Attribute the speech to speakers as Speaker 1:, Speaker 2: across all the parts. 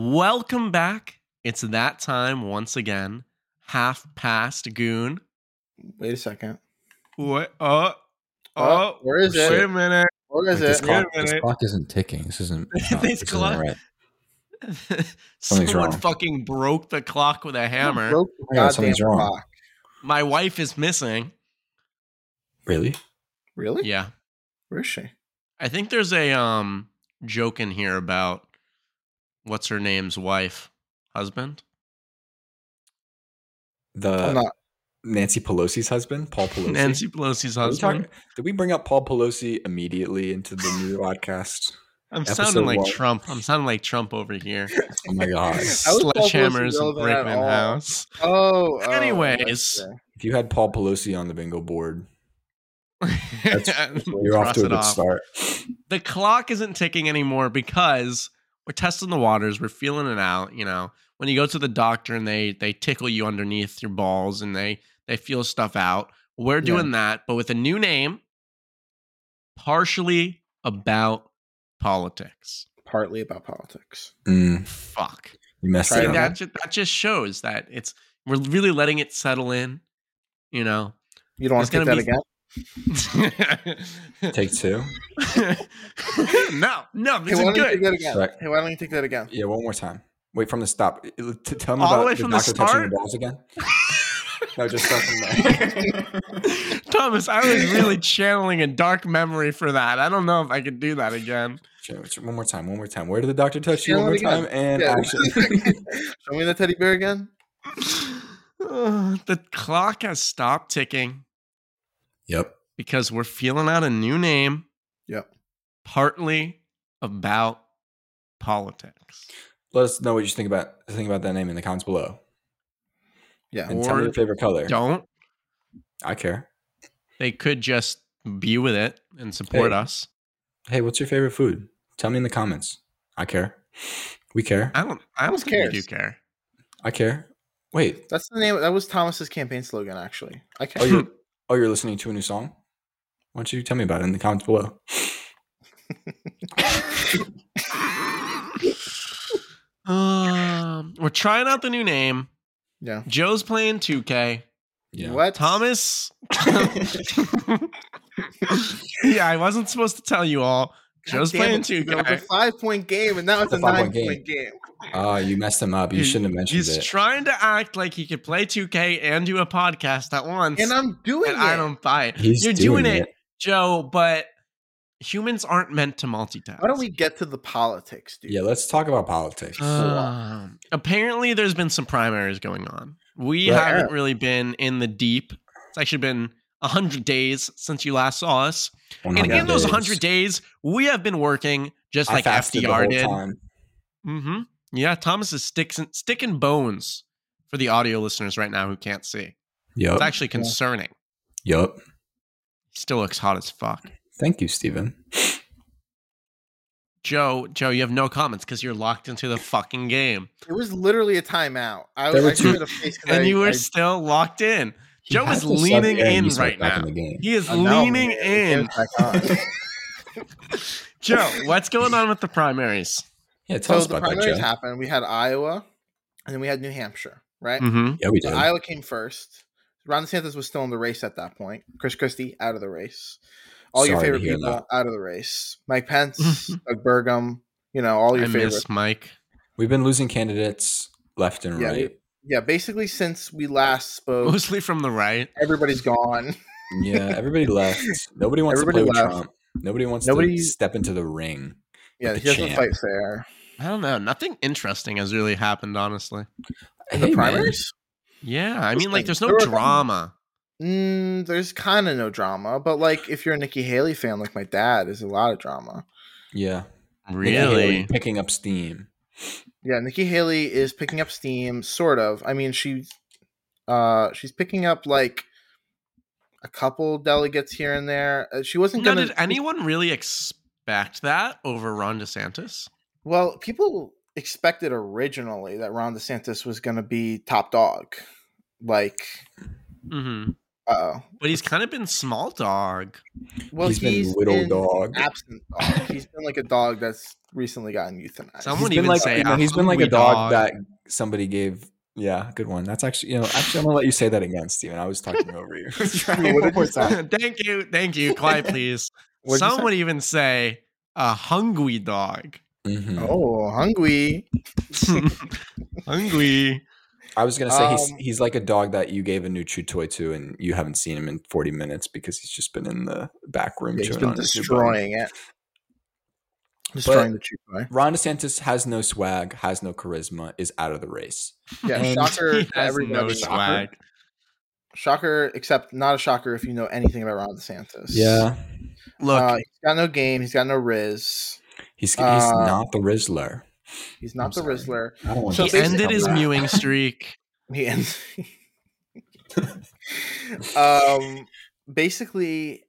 Speaker 1: Welcome back. It's that time once again. Half past goon.
Speaker 2: Wait a second.
Speaker 1: What? Uh,
Speaker 2: Oh, where is
Speaker 3: shit.
Speaker 2: it?
Speaker 1: a minute.
Speaker 2: Where is
Speaker 3: Like, this,
Speaker 2: it?
Speaker 1: Wait a
Speaker 3: clock, this
Speaker 1: minute.
Speaker 3: clock isn't ticking. This isn't.
Speaker 1: This
Speaker 3: not- this isn't
Speaker 1: clock-
Speaker 3: right.
Speaker 1: Someone
Speaker 3: wrong.
Speaker 1: fucking broke the clock with a hammer.
Speaker 2: Broke the
Speaker 3: Yeah, something's
Speaker 2: goddamn
Speaker 3: wrong.
Speaker 2: clock.
Speaker 1: My wife is missing.
Speaker 3: Really?
Speaker 2: Really?
Speaker 1: Yeah.
Speaker 2: Where is she?
Speaker 1: I think there's a um joke in here about what's her name's wife, husband.
Speaker 3: The Uh,
Speaker 2: I'm not.
Speaker 3: Nancy Pelosi's husband, Paul Pelosi.
Speaker 1: Nancy Pelosi's
Speaker 3: Are we
Speaker 1: husband.
Speaker 3: talking- did we bring up Paul Pelosi immediately into the new podcast?
Speaker 1: I'm
Speaker 3: Episode
Speaker 1: sounding like
Speaker 3: one.
Speaker 1: Trump. I'm sounding like Trump over here.
Speaker 3: Oh my god!
Speaker 2: How is Paul Pelosi
Speaker 1: Sledgehammers and
Speaker 2: relevant at
Speaker 1: Brickman
Speaker 2: all?
Speaker 1: House.
Speaker 2: Oh. oh,
Speaker 1: Anyways.
Speaker 2: that's fair.
Speaker 3: if you had Paul Pelosi on the bingo board, you're
Speaker 1: Cross
Speaker 3: off to
Speaker 1: it
Speaker 3: a good
Speaker 1: off.
Speaker 3: start.
Speaker 1: The clock isn't ticking anymore because we're testing the waters. We're feeling it out. You know, when you go to the doctor and they they tickle you underneath your balls and they they feel stuff out. We're
Speaker 2: Yeah.
Speaker 1: doing that, but with a new name, partially about politics.
Speaker 2: Partly about politics.
Speaker 3: Mm,
Speaker 1: Fuck.
Speaker 3: you messed
Speaker 2: Try
Speaker 3: it
Speaker 1: See,
Speaker 2: Yeah.
Speaker 3: up.
Speaker 1: that just, that just shows that it's we're really letting it settle in. You know.
Speaker 2: You don't want
Speaker 1: It's
Speaker 2: to pick
Speaker 1: gonna
Speaker 2: that
Speaker 1: be-
Speaker 2: again?
Speaker 3: Take two.
Speaker 1: no, no,
Speaker 2: Hey,
Speaker 1: this
Speaker 2: why
Speaker 1: is
Speaker 2: don't you
Speaker 1: good.
Speaker 2: take that again?
Speaker 3: Right.
Speaker 2: Hey, why don't you take that again?
Speaker 3: Yeah, one more time. Wait from the stop. It- it- t- tell me
Speaker 1: All the
Speaker 3: about
Speaker 1: way
Speaker 3: the
Speaker 1: from the
Speaker 3: doctor
Speaker 1: start?
Speaker 3: touching your balls again. no, just start from that.
Speaker 1: Thomas, I was really channeling a dark memory for that. I don't know if I could do that again.
Speaker 3: Sure, sure, One more time. One more time. Where did the doctor touch you? One more
Speaker 2: Channel it
Speaker 3: time. And
Speaker 2: Yeah.
Speaker 3: action.
Speaker 2: Show me the teddy bear again.
Speaker 1: Uh, the clock has stopped ticking
Speaker 3: yep.
Speaker 1: because we're feeling out a new name.
Speaker 2: Yep.
Speaker 1: Partly about politics.
Speaker 3: Let us know what you think about think about that name in the comments below.
Speaker 2: Yeah.
Speaker 3: And tell me
Speaker 1: Or
Speaker 3: your favorite color.
Speaker 1: Don't.
Speaker 3: I care.
Speaker 1: They could just be with it and support
Speaker 3: Hey.
Speaker 1: us.
Speaker 3: Hey, what's your favorite food? Tell me in the comments. I care. We care.
Speaker 1: I don't I don't
Speaker 2: Who
Speaker 1: think we do
Speaker 2: cares?
Speaker 1: care.
Speaker 3: I care. Wait.
Speaker 2: That's the name. That was Thomas's campaign slogan, actually. I
Speaker 3: Oh,
Speaker 2: can't.
Speaker 3: you're oh you're listening to a new song. Why don't you tell me about it in the comments below?
Speaker 1: um, we're trying out the new name.
Speaker 2: yeah.
Speaker 1: Joe's playing 2K.
Speaker 3: Yeah.
Speaker 2: What?
Speaker 1: Thomas. yeah, I wasn't supposed to tell you all.
Speaker 2: God
Speaker 1: Joe's playing
Speaker 2: damn it, It was a
Speaker 1: 2K.
Speaker 2: five point game, and now it's
Speaker 3: It's
Speaker 2: a
Speaker 3: a five-point
Speaker 2: nine point game.
Speaker 3: Ah, you messed him up. You
Speaker 1: He-
Speaker 3: shouldn't have mentioned
Speaker 1: He's
Speaker 3: it.
Speaker 1: trying to act like he could play 2K and do a podcast at once.
Speaker 2: And I'm doing
Speaker 1: and
Speaker 2: it.
Speaker 1: I don't buy it.
Speaker 3: He's
Speaker 1: You're doing,
Speaker 3: doing
Speaker 1: it, Joe, but humans aren't meant to multitask.
Speaker 2: Why don't we get to the politics, dude?
Speaker 3: yeah, let's talk about politics.
Speaker 1: Um, apparently, there's been some primaries going on. We
Speaker 2: There.
Speaker 1: haven't really been in the deep. It's actually been hundred days since you last saw us, and
Speaker 3: 100
Speaker 1: in those
Speaker 3: days.
Speaker 1: hundred days, we have been working just
Speaker 3: I
Speaker 1: like
Speaker 3: fasted the
Speaker 1: FDR
Speaker 3: whole
Speaker 1: did.
Speaker 3: time.
Speaker 1: hmm Yeah, Thomas is sticks and, stick and bones for the audio listeners right now who can't see.
Speaker 3: Yep.
Speaker 1: It's actually concerning.
Speaker 3: Yep.
Speaker 1: He still looks hot as fuck.
Speaker 3: Thank you, Stephen.
Speaker 1: Joe, Joe, you have no comments because you're locked into the fucking game,
Speaker 2: It was literally a timeout. I,
Speaker 3: There were
Speaker 2: I
Speaker 3: two-
Speaker 2: showed a face 'cause
Speaker 1: and
Speaker 2: I-
Speaker 1: you were
Speaker 2: I-
Speaker 1: still locked in.
Speaker 3: He
Speaker 1: Joe
Speaker 3: had
Speaker 1: is
Speaker 3: to sub
Speaker 1: leaning
Speaker 3: Aaron
Speaker 1: in
Speaker 3: Eastman
Speaker 1: right
Speaker 3: back
Speaker 1: now.
Speaker 3: In the game.
Speaker 1: He is
Speaker 2: I know,
Speaker 1: leaning
Speaker 2: man.
Speaker 1: in.
Speaker 2: Get back on.
Speaker 1: Joe, what's going on with the primaries?
Speaker 3: Yeah, tell
Speaker 2: so
Speaker 3: us
Speaker 2: the
Speaker 3: about that,
Speaker 2: primaries
Speaker 3: Joe.
Speaker 2: happened. We had Iowa, and then we had New Hampshire, right?
Speaker 1: Mm-hmm.
Speaker 3: Mm, Yeah, we
Speaker 2: So
Speaker 3: did.
Speaker 2: Iowa came first. Ron DeSantis was still in the race at that point. Chris Christie out of the race. All your
Speaker 3: Sorry to
Speaker 2: favorite
Speaker 3: hear
Speaker 2: people
Speaker 3: that.
Speaker 2: out of the race. Mike Pence, Doug Burgum. You know all
Speaker 1: I
Speaker 2: your favorites.
Speaker 1: miss Mike.
Speaker 3: We've been losing candidates left and
Speaker 2: Yeah,
Speaker 3: right.
Speaker 2: Yeah, basically since we last spoke,
Speaker 1: Mostly from the right.
Speaker 2: everybody's gone.
Speaker 3: Yeah, everybody left. Nobody wants
Speaker 2: Everybody
Speaker 3: to play
Speaker 2: left.
Speaker 3: with Trump. Nobody wants
Speaker 2: Nobody-
Speaker 3: to step into the ring.
Speaker 2: Yeah,
Speaker 3: The
Speaker 2: he doesn't
Speaker 3: champ.
Speaker 2: fight fair.
Speaker 1: I don't know. Nothing interesting has really happened, honestly.
Speaker 2: the
Speaker 3: man.
Speaker 2: primaries?
Speaker 1: Yeah, I mean, like,
Speaker 2: Interesting.
Speaker 1: there's no
Speaker 2: There were a couple-
Speaker 1: drama.
Speaker 2: Mm, there's kind of no drama, but like if you're a Nikki Haley fan, like my dad, there's a lot of drama.
Speaker 3: Yeah. Nikki Haley
Speaker 1: Really?
Speaker 3: picking up steam.
Speaker 2: Yeah, Nikki Haley is picking up steam, sort of. I mean, she's uh, she's picking up like a couple delegates here and there. Uh, she wasn't
Speaker 1: Now,
Speaker 2: gonna.
Speaker 1: did anyone really expect that over Ron DeSantis?
Speaker 2: Well, people expected originally that Ron DeSantis was gonna be top dog, like
Speaker 1: Mm-hmm.
Speaker 2: Uh oh.
Speaker 1: But he's kind of been small dog.
Speaker 2: Well,
Speaker 3: he's been little
Speaker 2: been
Speaker 3: dog.
Speaker 2: Absent dog. He's been like a dog that's recently gotten euthanized.
Speaker 1: Someone- e wouldn't
Speaker 3: been
Speaker 1: even
Speaker 3: like
Speaker 1: say
Speaker 3: you know, he's been like a
Speaker 1: hungry dog.
Speaker 3: dog, that somebody gave. Yeah, good one. That's actually you know actually I'm gonna let you say that again, Steven. I was talking over you. Try
Speaker 2: Wait,
Speaker 3: it
Speaker 2: what
Speaker 3: one
Speaker 2: did
Speaker 3: more
Speaker 2: you say?
Speaker 3: time.
Speaker 1: thank you, thank you. Quiet, please.
Speaker 3: What'd you say?
Speaker 1: Some would even say a hungry dog.
Speaker 3: Mhm.
Speaker 2: Oh, hungry.
Speaker 1: hungry.
Speaker 3: I was gonna say he's
Speaker 2: Um,
Speaker 3: he's like a dog that you gave a new chew toy to, and you haven't seen him in 40 minutes because he's just been in the back room.
Speaker 2: Yeah, he's
Speaker 3: chewing
Speaker 2: been
Speaker 3: on his new button.
Speaker 2: destroying it. Destroying the chew toy.
Speaker 3: Ron DeSantis has no swag, has no charisma, is out of the race.
Speaker 2: Yeah,
Speaker 3: And
Speaker 2: shocker
Speaker 1: He
Speaker 2: to
Speaker 1: has no
Speaker 2: everybody.
Speaker 1: swag.
Speaker 2: Shocker, except not a shocker if you know anything about Ron DeSantis.
Speaker 1: Look,
Speaker 2: Uh, he's got no game. He's got no Riz.
Speaker 3: he's he's
Speaker 2: Uh,
Speaker 3: not the Rizzler.
Speaker 2: He's
Speaker 3: I'm
Speaker 2: not the
Speaker 3: sorry.
Speaker 2: Rizzler.
Speaker 3: I don't want
Speaker 2: so
Speaker 1: he
Speaker 3: this to
Speaker 1: ended
Speaker 3: come
Speaker 1: his
Speaker 3: back.
Speaker 1: mewing streak.
Speaker 2: He ends. um, basically,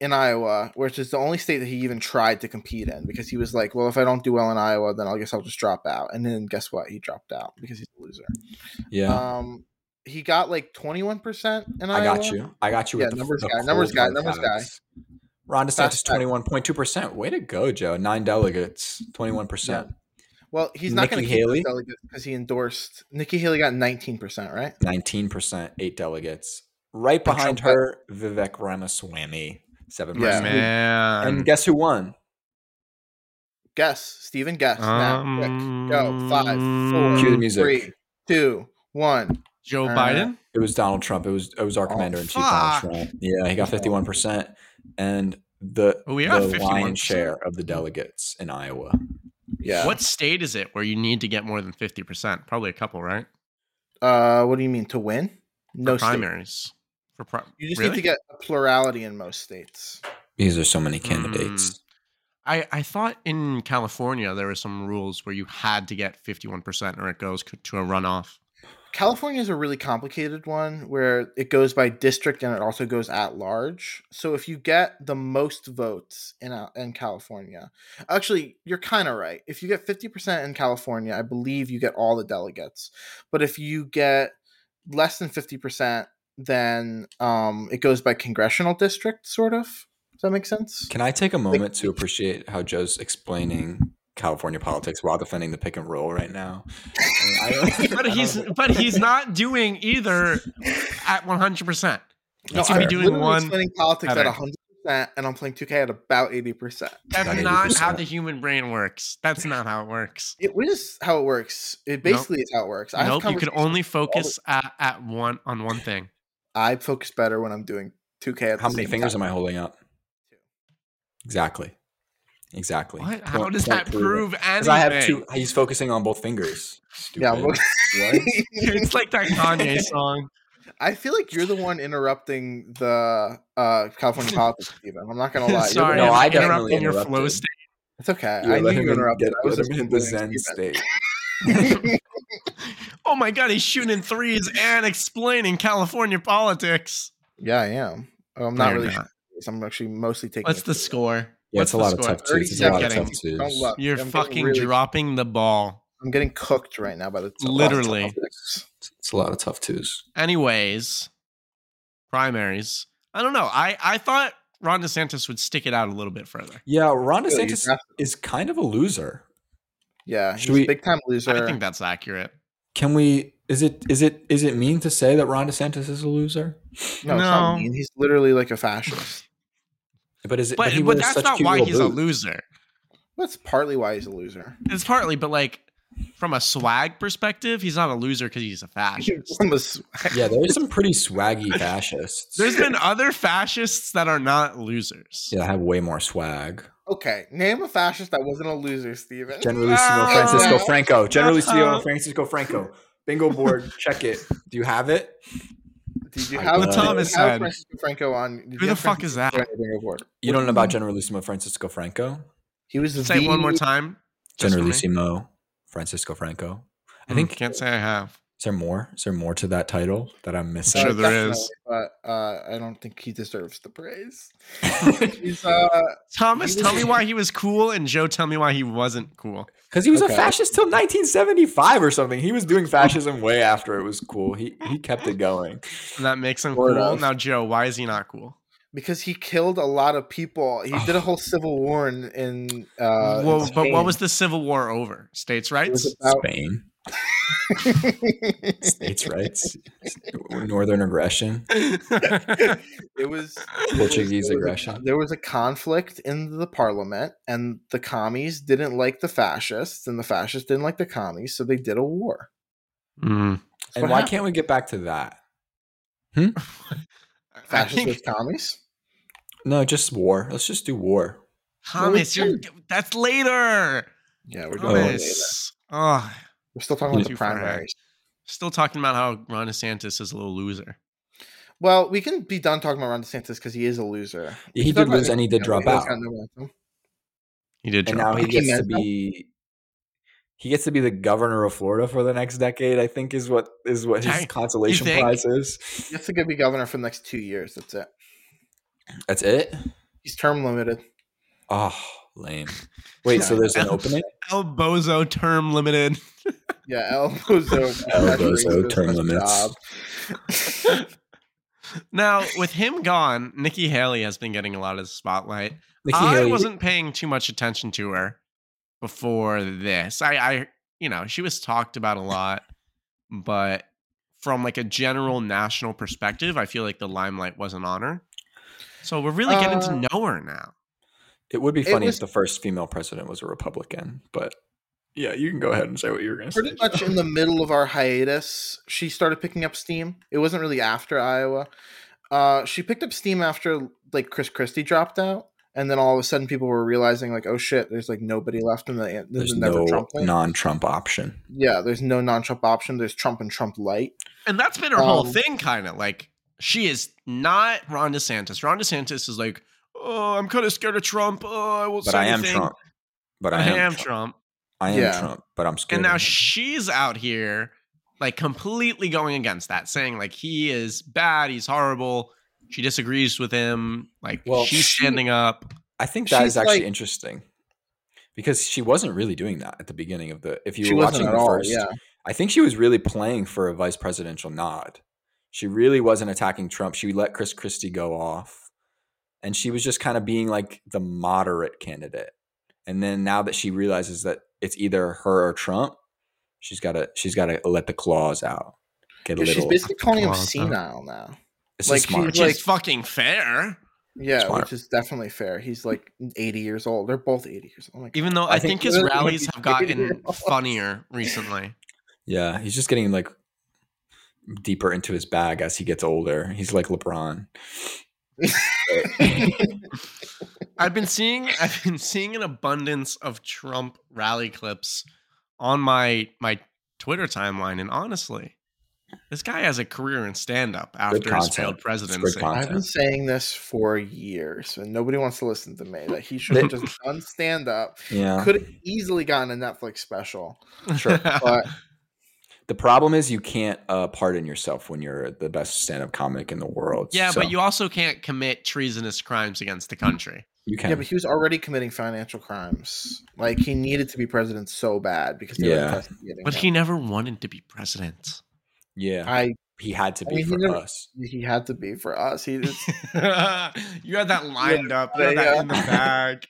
Speaker 2: in Iowa, which is the only state that he even tried to compete in, because he was like, "Well, if I don't do well in Iowa, then I guess I'll just drop out." And then guess what? He dropped out because he's a loser.
Speaker 3: Yeah,
Speaker 2: Um, he got like twenty one percent in Iowa.
Speaker 3: I got you. I got you.
Speaker 2: Uh, Yeah,
Speaker 3: with
Speaker 2: numbers
Speaker 3: the,
Speaker 2: guy,
Speaker 3: the
Speaker 2: numbers
Speaker 3: cold
Speaker 2: guy,
Speaker 3: hard
Speaker 2: numbers guy.
Speaker 3: facts. Ron DeSantis
Speaker 2: Fast fact.
Speaker 3: twenty one point two percent. Way to go, Joe. Nine delegates, twenty one percent,
Speaker 2: Well, he's not going to
Speaker 3: Nikki
Speaker 2: keep
Speaker 3: Haley?
Speaker 2: those delegates because he endorsed Nikki Haley got nineteen percent, right?
Speaker 3: nineteen percent, eight delegates. Right
Speaker 2: Trump
Speaker 3: behind
Speaker 2: got-
Speaker 3: her, Vivek Ramaswamy, seven
Speaker 2: Yeah.
Speaker 3: percent. And
Speaker 1: Man.
Speaker 3: guess who won?
Speaker 2: Guess, Steven, guess now. Quick. Go five, four,
Speaker 1: Um,
Speaker 3: Cue the music.
Speaker 2: three, two, one.
Speaker 1: Joe
Speaker 2: Uh,
Speaker 1: Biden?
Speaker 3: It was Donald Trump. It was it was our
Speaker 2: Oh,
Speaker 3: commander in chief,
Speaker 1: fuck.
Speaker 3: Donald Trump. Yeah, he got fifty one percent, and the
Speaker 1: Oh, we are
Speaker 3: the
Speaker 1: 51%.
Speaker 3: lion's share of the delegates in Iowa.
Speaker 2: Yeah.
Speaker 1: What state is it where you need to get more than 50%? Probably a couple, right?
Speaker 2: Uh, what do you mean to win? No
Speaker 1: for
Speaker 2: state.
Speaker 1: primaries. For pri-
Speaker 2: You just need
Speaker 1: Really?
Speaker 2: to get a plurality in most states.
Speaker 3: These are so many candidates.
Speaker 1: Hmm. I, I thought in California there were some rules where you had to get 51% or it goes c- to a runoff.
Speaker 2: California is a really complicated one where it goes by district and it also goes at large. So if you get the most votes in uh, in California, actually you're kind of right. If you get 50% in California, I believe you get all the delegates. But if you get less than 50%, then um, it goes by congressional district sort of. Does that make sense?
Speaker 3: Can I take a moment to appreciate how Joe's explaining California politics while defending the pick and roll right now? I mean, I don't-
Speaker 1: But
Speaker 3: I don't-
Speaker 1: he's but he's not doing either at 100%.
Speaker 2: No,
Speaker 3: That's
Speaker 1: I'm
Speaker 3: fair.
Speaker 2: I'm
Speaker 1: doing
Speaker 2: doing
Speaker 1: one
Speaker 2: explaining politics at
Speaker 1: better.
Speaker 2: 100% and I'm playing 2K at about 80%.
Speaker 1: That's
Speaker 3: About
Speaker 1: not how
Speaker 3: 80%.
Speaker 1: the human brain works. That's not how it works.
Speaker 2: It is how it works. It basically is how it works. have
Speaker 1: Nope, you can
Speaker 2: conversations-
Speaker 1: only focus at, at one on one thing.
Speaker 2: I focus better when I'm doing 2K at
Speaker 3: how
Speaker 2: the
Speaker 3: many
Speaker 2: same
Speaker 3: fingers
Speaker 2: time.
Speaker 3: am I holding up? Exactly. Exactly.
Speaker 1: What? How
Speaker 3: Point-
Speaker 1: does
Speaker 3: point
Speaker 1: that
Speaker 3: proven.
Speaker 1: prove anything?
Speaker 3: Because I have two. He's focusing on both fingers. Stupid.
Speaker 2: Yeah, well-
Speaker 3: what?
Speaker 1: It's like that Kanye song.
Speaker 2: I feel like you're the one interrupting the uh, California politics, Stephen. I'm not gonna lie. You're the
Speaker 1: Sorry,
Speaker 2: one-
Speaker 3: No,
Speaker 1: I'm
Speaker 3: I definitely
Speaker 1: interrupting your flow
Speaker 3: interrupted.
Speaker 1: state.
Speaker 2: it's okay.
Speaker 3: Yeah,
Speaker 2: I knew
Speaker 3: let
Speaker 2: you
Speaker 3: him in-
Speaker 2: interrupted.
Speaker 3: get-
Speaker 2: I was
Speaker 3: let him
Speaker 2: just
Speaker 3: hit the
Speaker 2: googling
Speaker 3: Zen state.
Speaker 2: Stephen.
Speaker 1: Oh my god, he's shooting threes and explaining California politics.
Speaker 2: yeah, I am. Oh, I'm
Speaker 1: No,
Speaker 2: not
Speaker 1: you're
Speaker 2: really. Sure. I'm actually mostly taking.
Speaker 1: What's
Speaker 2: it
Speaker 1: the
Speaker 2: for-
Speaker 1: score?
Speaker 3: Yeah, it's
Speaker 1: What's
Speaker 3: a
Speaker 1: the
Speaker 3: lot of
Speaker 1: score?
Speaker 3: tough twos. It's a lot of tough
Speaker 1: 37
Speaker 3: twos.
Speaker 2: Don't look.
Speaker 1: You're
Speaker 2: I'm getting
Speaker 1: fucking
Speaker 2: really-
Speaker 1: dropping the ball.
Speaker 2: I'm getting cooked right now by the
Speaker 1: Literally.
Speaker 2: politics.
Speaker 3: It's a lot of tough twos.
Speaker 1: Anyways, primaries. I don't know. I I thought Ron DeSantis would stick it out a little bit further.
Speaker 3: Yeah, Ron
Speaker 2: Really, you
Speaker 3: DeSantis
Speaker 2: have
Speaker 3: is kind of a loser.
Speaker 2: Yeah, he's
Speaker 3: Should we-
Speaker 2: a big time loser.
Speaker 1: I think that's accurate.
Speaker 3: Can we? Is it? Is it? Is it mean to say that Ron DeSantis is a loser?
Speaker 2: no, it's not
Speaker 1: No.
Speaker 2: mean. he's literally like a fascist.
Speaker 3: But is it?
Speaker 1: But
Speaker 3: he
Speaker 1: but
Speaker 3: wears
Speaker 1: that's
Speaker 3: such
Speaker 1: not
Speaker 3: cute
Speaker 1: why
Speaker 3: little
Speaker 1: he's a
Speaker 3: boots.
Speaker 1: loser.
Speaker 2: That's partly why he's a loser.
Speaker 1: It's partly, but like from a swag perspective, he's not a loser because he's a fascist.
Speaker 2: I'm a s-
Speaker 3: Yeah, there's some pretty swaggy fascists.
Speaker 1: There's been other fascists that are not losers.
Speaker 3: yeah, have way more swag.
Speaker 2: Okay, name a fascist that wasn't a loser, Steven.
Speaker 3: Generalissimo
Speaker 1: Ah.
Speaker 3: E Francisco Franco. Generalissimo
Speaker 1: Ah.
Speaker 3: Francisco Franco. Bingo board. Check it. Do you have it?
Speaker 2: Did you
Speaker 3: I
Speaker 2: have
Speaker 3: bet.
Speaker 1: Thomas
Speaker 2: have
Speaker 1: said.
Speaker 2: Francisco Franco on? did you
Speaker 1: Who the
Speaker 2: have
Speaker 1: fuck is that?
Speaker 2: Francisco Franco on your board?
Speaker 3: You don't know about Generalissimo Francisco Franco?
Speaker 2: He was the
Speaker 1: Say it one more time. Just for me.
Speaker 3: Generalissimo Francisco Franco. I
Speaker 1: Mm,
Speaker 3: think
Speaker 1: can't say I have.
Speaker 3: Is there more? Is there more to that title that I'm missing?
Speaker 1: Sure there
Speaker 2: definitely,
Speaker 1: is.
Speaker 2: but uh, I don't think he deserves the praise. He's, uh,
Speaker 1: Thomas,
Speaker 2: He
Speaker 1: tell
Speaker 2: was-
Speaker 1: me why he was cool, and Joe, tell me why he wasn't cool.
Speaker 3: Because he was
Speaker 2: Okay.
Speaker 3: a fascist till 1975 or something. He was doing fascism way after it was cool. He he kept it going.
Speaker 1: And that makes him
Speaker 2: Sort
Speaker 1: cool.
Speaker 2: of.
Speaker 1: Now, Joe, why is he not cool?
Speaker 2: because he killed a lot of people. He did a whole civil war in. in uh,
Speaker 1: Whoa,
Speaker 2: in
Speaker 1: but
Speaker 2: Spain.
Speaker 1: what was the Civil War over? States'
Speaker 2: It
Speaker 1: rights?
Speaker 2: was about-
Speaker 3: Spain, states' rights, northern aggression.
Speaker 2: it was
Speaker 3: Portuguese
Speaker 2: there was a-
Speaker 3: aggression.
Speaker 2: there was a conflict in the parliament, and the commies didn't like the fascists, and the fascists didn't like the commies, so they did a war.
Speaker 1: Mm.
Speaker 2: That's
Speaker 3: And
Speaker 2: what
Speaker 3: why
Speaker 2: happened.
Speaker 3: can't we get back to that?
Speaker 1: I
Speaker 2: fascists
Speaker 1: think,
Speaker 2: with commies?
Speaker 3: No, just war. Let's just do war.
Speaker 1: Thomas, you're, that's later.
Speaker 2: Yeah, we're doing it later.
Speaker 1: Thomas. Oh,
Speaker 2: We're still talking about
Speaker 1: Too
Speaker 2: the
Speaker 1: far ahead.
Speaker 2: primaries.
Speaker 1: still talking about how Ron DeSantis is a little loser.
Speaker 2: Well, we can be done talking about Ron DeSantis because he is a loser.
Speaker 3: He did lose and he did drop out.
Speaker 1: He did
Speaker 3: And
Speaker 1: drop
Speaker 3: now he
Speaker 1: out.
Speaker 2: Can you
Speaker 3: gets to
Speaker 2: imagine?
Speaker 3: be he gets to be the governor of Florida for the next decade, I think is what is what his
Speaker 1: Dang.
Speaker 3: consolation
Speaker 1: You think?
Speaker 3: prize is.
Speaker 2: That's a good be governor for the next two years. That's it.
Speaker 3: That's it?
Speaker 2: He's term limited.
Speaker 3: Oh, lame. Wait, so there's an opening?
Speaker 1: El Bozo term limited.
Speaker 2: Yeah, El Bozo.
Speaker 3: El
Speaker 2: that's
Speaker 3: Bozo,
Speaker 2: racist,
Speaker 3: term
Speaker 2: that's a
Speaker 3: limits.
Speaker 2: job.
Speaker 1: Now, with him gone, Nikki Haley has been getting a lot of spotlight.
Speaker 3: Nikki
Speaker 1: I
Speaker 3: Haley-
Speaker 1: wasn't paying too much attention to her before this. I, I, you know, she was talked about a lot, but from like a general national perspective, I feel like the limelight wasn't on her. So we're really getting
Speaker 2: Uh,
Speaker 1: to know her now.
Speaker 3: It would be
Speaker 2: It
Speaker 3: funny
Speaker 2: was-
Speaker 3: if the first female president was a Republican, but yeah, you can go ahead and say what you were going to say.
Speaker 2: Pretty much in the middle of our hiatus, she started picking up steam. It wasn't really after Iowa. Uh, she picked up steam after like Chris Christie dropped out, and then all of a sudden people were realizing like, oh shit, there's like nobody left in the this
Speaker 3: There's
Speaker 2: is never
Speaker 3: no
Speaker 2: Trump. land.
Speaker 3: non-Trump option.
Speaker 2: yeah, there's no non-Trump option. There's Trump and Trump light.
Speaker 1: And that's been her whole
Speaker 2: Um,
Speaker 1: thing, kind of like she is not Ron DeSantis. Ron DeSantis is like, oh, I'm kind of scared of Trump. Oh, I won't
Speaker 3: But
Speaker 1: say
Speaker 3: I am
Speaker 1: anything.
Speaker 3: Trump. But
Speaker 1: I am Trump.
Speaker 3: I am
Speaker 2: Yeah.
Speaker 3: Trump, but I'm scared.
Speaker 1: and now
Speaker 3: of him.
Speaker 1: she's out here like completely going against that saying like he is bad he's horrible she disagrees with him like
Speaker 3: Well,
Speaker 1: she's
Speaker 2: she-
Speaker 1: standing up
Speaker 3: I think that
Speaker 2: she's
Speaker 3: is actually
Speaker 2: like-
Speaker 3: interesting because she wasn't really doing that at the beginning of the. If you
Speaker 2: she
Speaker 3: were
Speaker 2: wasn't
Speaker 3: watching
Speaker 2: at
Speaker 3: the
Speaker 2: all.
Speaker 3: first,
Speaker 2: Yeah,
Speaker 3: I think she was really playing for a vice presidential nod. She really wasn't attacking Trump. She let Chris Christie go off, and she was just kind of being like the moderate candidate. And then now that she realizes that it's either her or Trump, she's got to she's got to let the claws out. Get a
Speaker 2: Yeah, she's
Speaker 3: little.
Speaker 2: basically calling him
Speaker 1: Well, so-
Speaker 2: senile now.
Speaker 3: This
Speaker 2: like,
Speaker 3: is smart.
Speaker 1: which
Speaker 2: she's like-
Speaker 1: is fucking fair
Speaker 2: Yeah,
Speaker 3: Smart.
Speaker 2: which is definitely fair. He's like 80 years old. They're both 80 years old. Oh my God.
Speaker 1: even though i,
Speaker 3: I
Speaker 1: think,
Speaker 3: think-
Speaker 1: his rallies have gotten
Speaker 2: Yeah.
Speaker 1: funnier recently
Speaker 3: Yeah, he's just getting like deeper into his bag as he gets older. He's like LeBron.
Speaker 1: i've been seeing i've been seeing an abundance of trump rally clips on my my twitter timeline and honestly this guy has a career in stand-up after his
Speaker 3: content.
Speaker 1: failed
Speaker 3: It's good
Speaker 1: presidency
Speaker 3: content.
Speaker 2: I've been saying this for years, and nobody wants to listen to me. That he should have just done stand up.
Speaker 3: Yeah.
Speaker 2: Could have easily gotten a Netflix special,
Speaker 3: Sure.
Speaker 2: but
Speaker 3: The problem is you can't uh, pardon yourself when you're the best stand-up comic in the world.
Speaker 1: Yeah,
Speaker 3: So
Speaker 1: but you also can't commit treasonous crimes against the country.
Speaker 3: you can.
Speaker 2: yeah, but he was already committing financial crimes. Like he needed to be president so bad because they
Speaker 3: Yeah.
Speaker 2: were investigating
Speaker 1: But
Speaker 2: him.
Speaker 1: he never wanted to be president.
Speaker 3: yeah,
Speaker 2: I
Speaker 3: he had to
Speaker 2: I
Speaker 3: be
Speaker 2: mean, he
Speaker 3: for
Speaker 2: never-
Speaker 3: us.
Speaker 2: he had to be for us. He it's-
Speaker 1: you had that lined up. You had
Speaker 2: Yeah,
Speaker 1: that
Speaker 2: yeah.
Speaker 1: in the bag.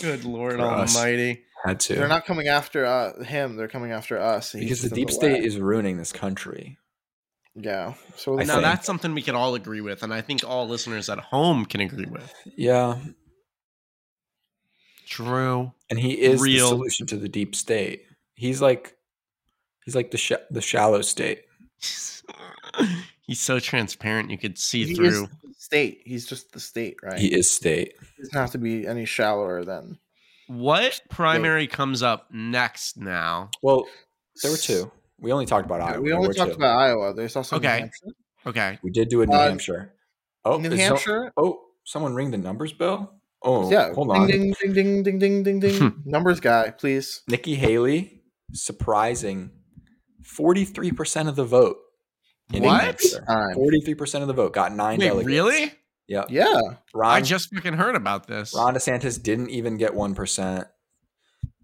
Speaker 1: Good Lord
Speaker 3: For us.
Speaker 1: Almighty.
Speaker 3: Had to.
Speaker 2: they're not coming after uh, him. They're coming after us. He's
Speaker 3: because the
Speaker 2: just in
Speaker 3: deep
Speaker 2: way.
Speaker 3: state is ruining this country.
Speaker 2: yeah. So
Speaker 3: I
Speaker 1: Now
Speaker 3: think-
Speaker 1: that's something we can all agree with, and I think all listeners at home can agree with.
Speaker 3: Yeah,
Speaker 1: True.
Speaker 3: and he is
Speaker 1: Real.
Speaker 3: the solution to the deep state. He's like, he's like the sh- the shallow state.
Speaker 1: He's so transparent you could see
Speaker 2: he is
Speaker 1: through.
Speaker 2: the state. He's just the state, right?
Speaker 3: He is state.
Speaker 2: He doesn't have to be any shallower than
Speaker 1: What primary comes up next now?
Speaker 3: Well, there were two. We only talked about
Speaker 2: Yeah,
Speaker 3: Iowa.
Speaker 2: we
Speaker 3: There
Speaker 2: only
Speaker 3: were
Speaker 2: talked
Speaker 3: two.
Speaker 2: about Iowa. There's also
Speaker 1: Okay.
Speaker 2: New Hampshire.
Speaker 1: Okay.
Speaker 3: We did do a New
Speaker 2: Uh,
Speaker 3: Hampshire. Oh,
Speaker 2: New
Speaker 3: is some-
Speaker 2: Hampshire.
Speaker 3: oh, someone ring the numbers bell. Oh,
Speaker 2: yeah.
Speaker 3: Hold on.
Speaker 2: Ding ding ding ding ding ding ding ding. Numbers guy, please.
Speaker 3: Nikki Haley surprising 43% of the vote. in
Speaker 1: What?
Speaker 3: Inkmaster.
Speaker 2: Time.
Speaker 3: 43% of the vote got nine
Speaker 1: Wait,
Speaker 3: delegates.
Speaker 1: really?
Speaker 3: Yep.
Speaker 2: Yeah.
Speaker 1: I
Speaker 3: Ron,
Speaker 1: just fucking heard about this.
Speaker 3: Ron DeSantis didn't even get 1%.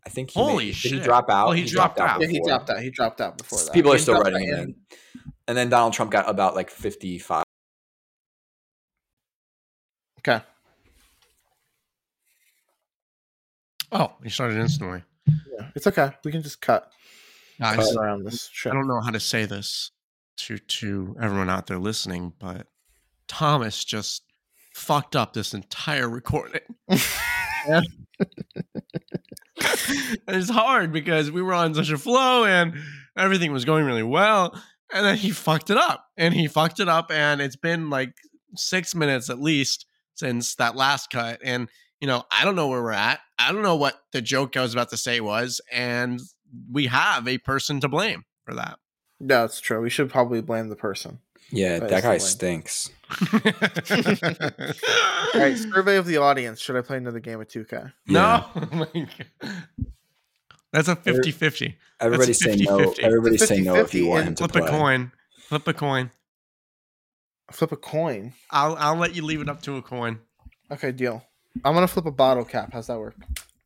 Speaker 3: I think he
Speaker 1: Holy
Speaker 3: made, Did
Speaker 1: shit.
Speaker 3: he drop out?
Speaker 1: Well, he dropped out.
Speaker 2: Yeah, he
Speaker 3: before.
Speaker 2: dropped out. He dropped out before that.
Speaker 3: People are
Speaker 2: He
Speaker 3: still
Speaker 2: dropped
Speaker 3: writing
Speaker 2: out
Speaker 3: in. And then Donald Trump got about like 55.
Speaker 2: Okay.
Speaker 1: Oh, he started instantly.
Speaker 2: Yeah. It's okay. We can just cut
Speaker 1: Guys,
Speaker 2: cut around this.
Speaker 1: I
Speaker 2: Shit.
Speaker 1: don't know how to say this to to everyone out there listening, but Thomas just fucked up this entire recording. and it's hard because we were on such a flow and everything was going really well. And then he fucked it up. And he fucked it up. And it's been like six minutes at least since that last cut. And, you know, I don't know where we're at. I don't know what the joke I was about to say was. And we have a person to blame for that.
Speaker 2: No, it's true. We should probably blame the person.
Speaker 3: Yeah,
Speaker 2: That is
Speaker 3: that
Speaker 2: the
Speaker 3: guy
Speaker 2: way.
Speaker 3: stinks.
Speaker 2: All right. Survey of the audience. Should I play another game of 2K?
Speaker 1: No. Oh my God. That's a 50 50.
Speaker 3: Everybody
Speaker 1: That's
Speaker 3: say no.
Speaker 1: 50-50.
Speaker 3: Everybody say no if you
Speaker 2: 50-50
Speaker 3: want
Speaker 2: and
Speaker 3: him to
Speaker 1: Flip
Speaker 3: play.
Speaker 1: a coin. Flip a coin.
Speaker 2: Flip a coin.
Speaker 1: I'll, I'll let you leave it up to a coin.
Speaker 2: Okay, deal. I'm gonna flip a bottle cap. How's that work?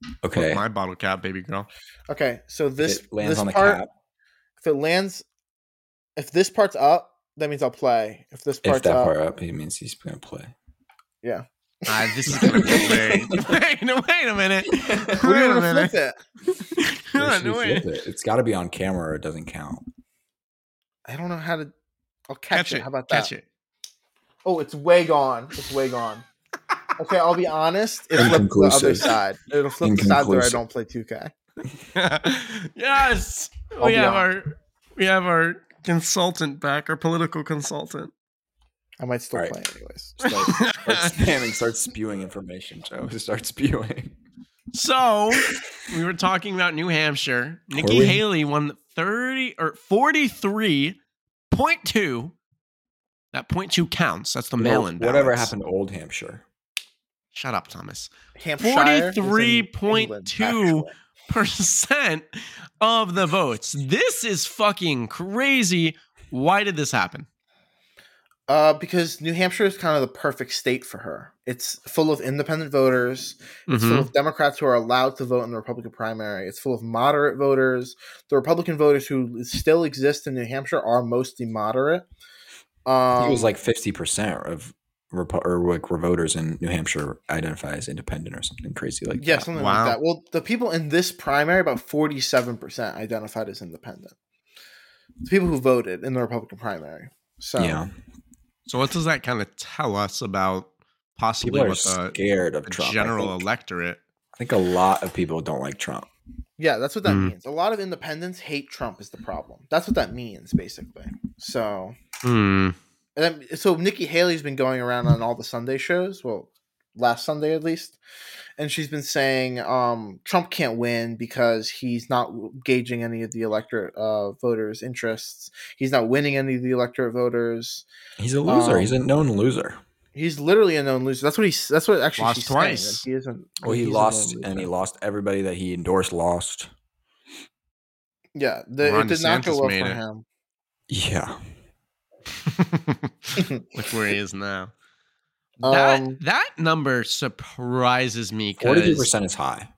Speaker 1: Flip
Speaker 3: Okay.
Speaker 1: my bottle cap, baby girl.
Speaker 2: Okay, so this
Speaker 3: it lands
Speaker 2: this
Speaker 3: on the
Speaker 2: part,
Speaker 3: cap.
Speaker 2: If it lands, if this part's up, that means I'll play. If this part's
Speaker 3: If that
Speaker 2: up,
Speaker 3: part up, he means he's going to play.
Speaker 1: Ah, this is gonna be great. wait, no, wait a minute.
Speaker 2: we're
Speaker 1: Wait a
Speaker 2: gonna
Speaker 1: minute.
Speaker 2: flip it.
Speaker 1: Hold
Speaker 3: Where
Speaker 1: on,
Speaker 3: should we
Speaker 1: wait.
Speaker 3: flip it? It's got to be on camera or it doesn't count.
Speaker 2: I don't know how to. I'll catch,
Speaker 1: Catch
Speaker 2: it.
Speaker 1: it.
Speaker 2: How about that?
Speaker 1: Catch it.
Speaker 2: Oh, it's way gone. It's way gone. Okay, I'll be honest. It flipped the other
Speaker 3: Inconclusive.
Speaker 2: side. It'll flip the side where I
Speaker 3: Inconclusive.
Speaker 2: don't play 2K.
Speaker 1: yes.
Speaker 2: I'll
Speaker 1: we
Speaker 2: be
Speaker 1: have
Speaker 2: on.
Speaker 1: our we have our consultant back, our political consultant.
Speaker 2: I might still
Speaker 3: All right.
Speaker 2: play anyways.
Speaker 3: Start, start spamming, start spewing information, Joe. Just start spewing.
Speaker 1: So we were talking about New Hampshire.
Speaker 3: Were
Speaker 1: Nikki
Speaker 3: we?
Speaker 1: Haley won thirty or forty three point two. That point two counts. That's the mail-in.
Speaker 3: Whatever
Speaker 1: ballots.
Speaker 3: happened to Old Hampshire?
Speaker 1: Shut up, Thomas.
Speaker 2: Hampshire is in
Speaker 1: 43.2.
Speaker 2: England, actually.
Speaker 1: Percent of the votes. This is fucking crazy. Why did this happen?
Speaker 2: Uh, because New Hampshire is kind of the perfect state for her. It's full of independent voters. It's
Speaker 3: Mm-hmm.
Speaker 2: full
Speaker 1: Mhm.
Speaker 2: of Democrats who are allowed to vote in the Republican primary. It's full of moderate voters. The Republican voters who still exist in New Hampshire are mostly moderate.
Speaker 3: I think
Speaker 2: Um,
Speaker 3: it was like 50% of Repo- or like voters in New Hampshire identify as independent or something crazy like uh,
Speaker 2: yeah,
Speaker 3: that.
Speaker 2: something
Speaker 1: Wow.
Speaker 2: like that. Well, the people in this primary, about forty-seven percent identified as independent. The people who voted in the Republican primary. So
Speaker 3: yeah.
Speaker 1: So what does that kind of tell us about possibly
Speaker 3: People are
Speaker 1: what
Speaker 2: uh,
Speaker 1: the,
Speaker 3: scared of
Speaker 1: the
Speaker 3: Trump.
Speaker 1: general
Speaker 3: I think,
Speaker 1: electorate?
Speaker 3: I think a lot of people don't like Trump.
Speaker 2: Yeah, that's what that
Speaker 1: Mm.
Speaker 2: means. A lot of independents hate Trump is the problem. That's what that means, basically. So,
Speaker 1: Hmm.
Speaker 2: and then, so Nikki Haley's been going around on all the Sunday shows. Well, last Sunday at least, and she's been saying um, Trump can't win because he's not gauging any of the electorate uh, voters' interests. He's not winning any of the electorate voters.
Speaker 3: He's a loser.
Speaker 2: Um,
Speaker 3: He's a known loser.
Speaker 2: He's literally a known loser. That's what he's. That's what actually
Speaker 1: Lost
Speaker 2: she's saying, that
Speaker 1: twice.
Speaker 2: He isn't.
Speaker 3: Well, he
Speaker 2: he's a known
Speaker 3: lost and
Speaker 2: loser.
Speaker 3: he lost everybody that he endorsed lost.
Speaker 2: Yeah, the,
Speaker 1: Ron
Speaker 2: it did not go
Speaker 1: DeSantis
Speaker 2: well for
Speaker 1: made it.
Speaker 2: him.
Speaker 3: Yeah.
Speaker 1: Look where he is now. That
Speaker 2: Um,
Speaker 1: that number surprises me 'cause,
Speaker 3: 42% is high.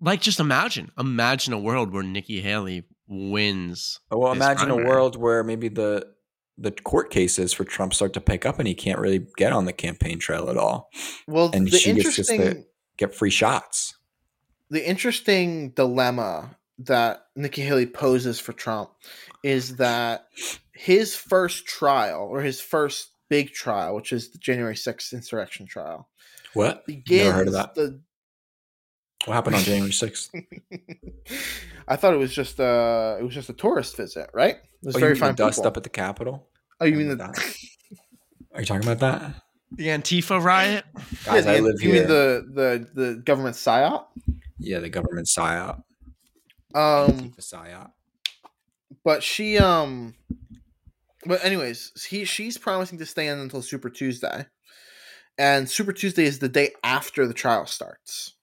Speaker 1: like, just imagine, imagine a world where Nikki Haley wins.
Speaker 3: Oh, Well,
Speaker 1: His
Speaker 3: imagine a
Speaker 1: primary.
Speaker 3: world where maybe the the court cases for Trump start to pick up and he can't really get on the campaign trail at all.
Speaker 2: well,
Speaker 3: and
Speaker 2: the
Speaker 3: she gets just the-
Speaker 2: interesting.
Speaker 3: Get free shots.
Speaker 2: the interesting dilemma that Nikki Haley poses for Trump is that his first trial or his first big trial, which is the January 6th insurrection trial,
Speaker 3: What?
Speaker 2: begins
Speaker 3: heard of that.
Speaker 2: the
Speaker 3: What happened on January 6th?
Speaker 2: I thought it was just uh it was just a tourist visit, right? It was
Speaker 3: Oh, you
Speaker 2: very
Speaker 3: mean the
Speaker 2: fine.
Speaker 3: dust
Speaker 2: people.
Speaker 3: up at the Capitol?
Speaker 2: oh, you mean the
Speaker 3: That. Are you talking about that?
Speaker 1: The Antifa riot.
Speaker 2: yeah,
Speaker 3: Guys,
Speaker 2: the-
Speaker 3: I live
Speaker 2: you
Speaker 3: here.
Speaker 2: mean the the the government psyop?
Speaker 3: yeah, the government psyop.
Speaker 2: Um
Speaker 3: Antifa psyop.
Speaker 2: but she um but anyways he she's promising to stay in until super tuesday and super tuesday is the day after the trial starts